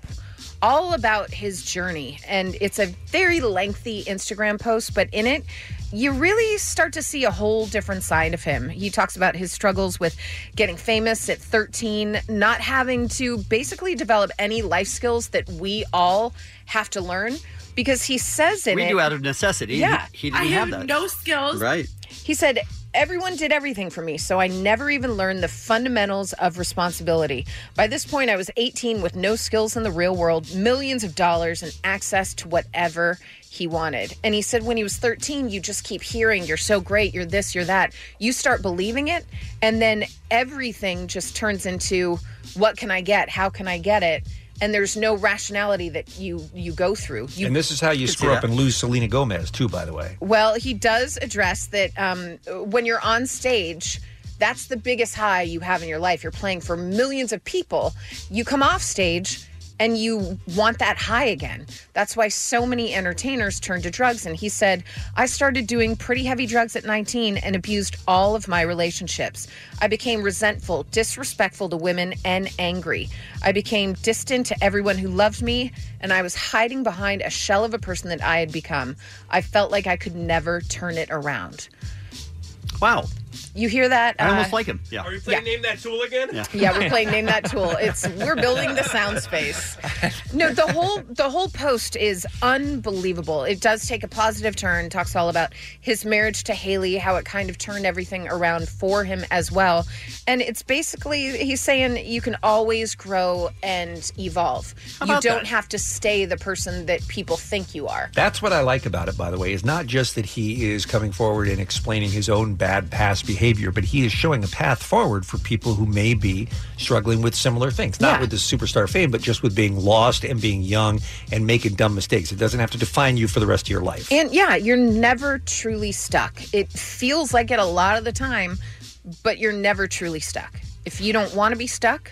all about his journey. And it's a very lengthy Instagram post, but in it, you really start to see a whole different side of him. He talks about his struggles with getting famous at 13, not having to basically develop any life skills that we all have to learn because he says in
we
it.
do out of necessity. He-
Yeah.
He, didn't have that.
skills.
Right.
He said, Everyone did everything for me, so I never even learned the fundamentals of responsibility. By this point, I was 18 with no skills in the real world, millions of dollars, and access to whatever he wanted. And he said, when he was 13, you just keep hearing, you're so great, you're this, you're that. You start believing it, and then everything just turns into, what can I get? How can I get it? And there's no rationality that you you go through. You
and this is how you screw up and lose Selena Gomez, too, by the way.
well, he does address that um, when you're on stage, that's the biggest high you have in your life. You're playing for millions of people. You come off stage and you want that high again. That's why so many entertainers turn to drugs. And he said, I started doing pretty heavy drugs at 19 and abused all of my relationships. I became resentful, disrespectful to women, and angry. I became distant to everyone who loved me, and I was hiding behind a shell of a person that I had become. I felt like I could never turn it around.
Wow.
You hear that?
I
Uh,
almost like him. Yeah.
you playing
Name that tool again?
*laughs* yeah, we're playing name that tool. It's we're building the sound space. No, the whole the whole post is unbelievable. It does take a positive turn. Talks all about his marriage to Haley, how it kind of turned everything around for him as well. And it's basically he's saying you can always grow and evolve.
How
You
about
don't
that?
have to stay the person that people think you are.
That's what I like about it, by the way, is not just that he is coming forward and explaining his own bad past behavior, but he is showing a path forward for people who may be struggling with similar things. Not
Yeah.
with the superstar fame, but just with being lost and being young and making dumb mistakes. It doesn't have to define you for the rest of your life.
And yeah, you're never truly stuck. It feels like it a lot of the time, but you're never truly stuck. If you don't want to be stuck,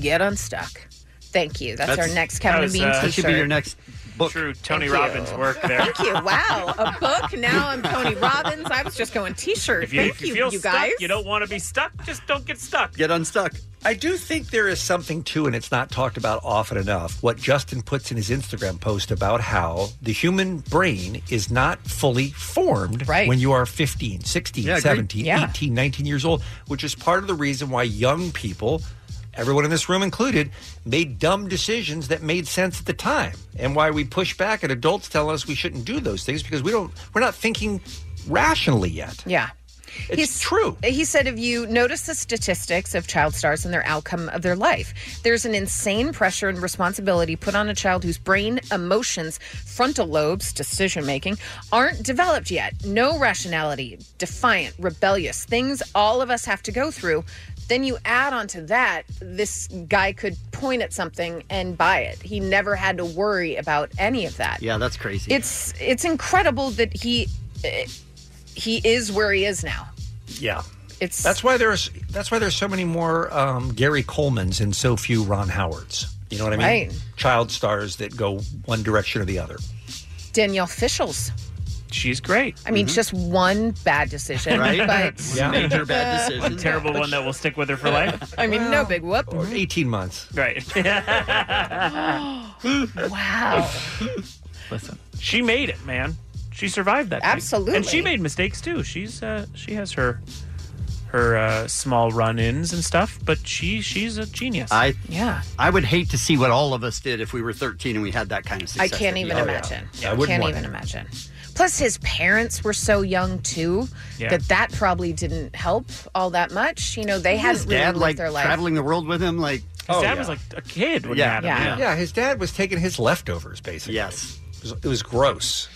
get unstuck. Thank you. That's, our next Kevin and Bean
uh,
t-shirt.
book. True Tony
Thank
Robbins
you.
work there.
Thank you. Wow. A book. Now I'm Tony Robbins. I was just going t-shirt.
If you,
Thank
if you
you,
feel
you
stuck,
guys.
you don't want to be stuck, just don't get stuck.
Get unstuck. I do think there is something too, and it's not talked about often enough. What Justin puts in his Instagram post about how the human brain is not fully formed
Right.
when you are 15, 16,
Yeah, agreed.
17,
Yeah.
18, 19 years old, which is part of the reason why young people, everyone in this room included, made dumb decisions that made sense at the time, and why we push back at adults telling us we shouldn't do those things because we don't, we're not thinking rationally yet.
Yeah.
It's true.
He said, if you notice the statistics of child stars and their outcome of their life, there's an insane pressure and responsibility put on a child whose brain, emotions, frontal lobes, decision making aren't developed yet. No rationality, defiant, rebellious, things all of us have to go through. Then you add on to that, this guy could point at something and buy it. He never had to worry about any of that.
Yeah, that's crazy.
It's it's incredible that he eh, he is where he is now.
Yeah.
It's
that's why there's that's why there's so many more um, Gary Coleman's and so few Ron Howards. You know what I mean?
Right.
Child stars that go one direction or the other.
Danielle Fischels.
She's great.
I
Mm-hmm.
mean, just one bad decision, But
Major bad decision. One terrible one that will stick with her for life.
I mean, no big whoop.
18 months.
Right.
*laughs*
*laughs*
*gasps* wow.
Listen, she made it, man. She survived that. thing.
Absolutely.
And she made mistakes too. She's uh, she has her her uh, small run-ins and stuff, but she she's a genius.
I
yeah.
I would hate to see what all of us did if we were 13 and we had that kind of
I
success.
can't
that he
even
had.
imagine. can't even imagine. Plus, his parents were so young too
Yeah.
that that probably didn't help all that much. You know, they
His
hadn't really
dad,
lived
like,
their life.
traveling the world with him, like oh,
His dad was, like,
a kid
when
yeah.
he had him, Yeah, his dad was taking his leftovers basically.
Yes.
It was, it was gross.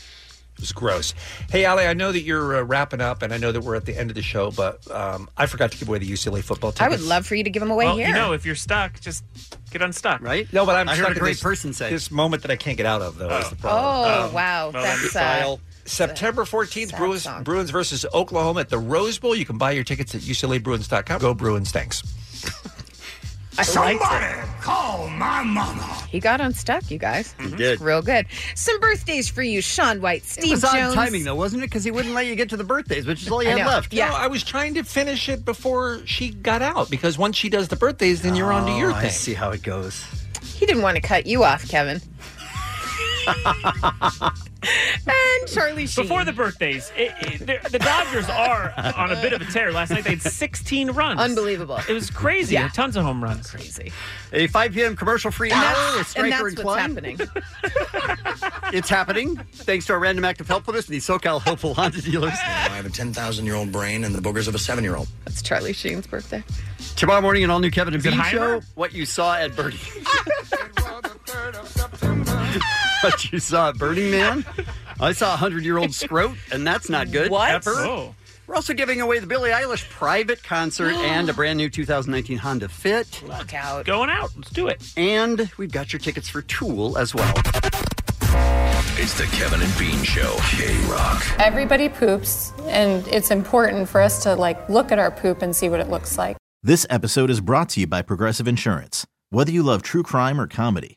It was gross. Hey, Ali, I know that you're uh, wrapping up, and I know that we're at the end of the show, but um, I forgot to give away the UCLA football tickets.
I would love for you to give him away
Well,
here.
you know, if you're stuck, just get unstuck.
Right?
No, but I'm
I heard
stuck
a
in
great
this,
person say.
this moment that I can't get out of though. Is the
oh,
problem.
Um,
wow, that's uh,
File. September 14th, Bruins, Bruins versus Oklahoma at the Rose Bowl. You can buy your tickets at UCLABruins.com. Go Bruins, thanks.
I
Somebody
call my mama. He got unstuck, you guys. He
did.
real good. Some birthdays for you, Sean White,
It
Steve
was
Jones.
odd timing though, wasn't it? Because he wouldn't let you get to the birthdays, which is all you
I
had
know.
left.
Yeah.
No, I was trying to finish it before she got out because once she does the birthdays, then you're on to your
Oh, I
thing.
see how it goes.
He didn't want to cut you
*laughs*
off, Kevin. and Charlie Sheen.
Before the birthdays, it, it, the- the Dodgers are on a bit of a tear. Last night they had 16 runs.
Unbelievable.
It was crazy.
Yeah.
Tons of home runs.
Crazy.
A 5 p.m. commercial free
And
hour with
that's, and
Stryker
that's
and,
what's
Klein.
happening.
It's happening thanks to our random act of helpfulness and the SoCal helpful Honda dealers.
I have a 10,000 year old brain and the boogers of a seven year old.
That's Charlie Sheen's birthday.
Tomorrow morning, an all new Kevin and
Is it
Bean show.
Heimer?
What you saw at Burning *laughs* What you saw at Burning Man? I saw a 100 year old scroat, and that's not good.
What?
Ever.
Oh.
We're also giving away the Billie Eilish private
*gasps*
concert and a brand new 2019 Honda Fit.
Look out.
Going out. Let's do it.
And we've got your tickets for Tool as well.
It's the Kevin and Bean Show. K Rock.
Everybody poops, and it's important for us to like look at our poop and see what it looks like.
This episode is brought to you by Progressive Insurance. Whether you love true crime or comedy,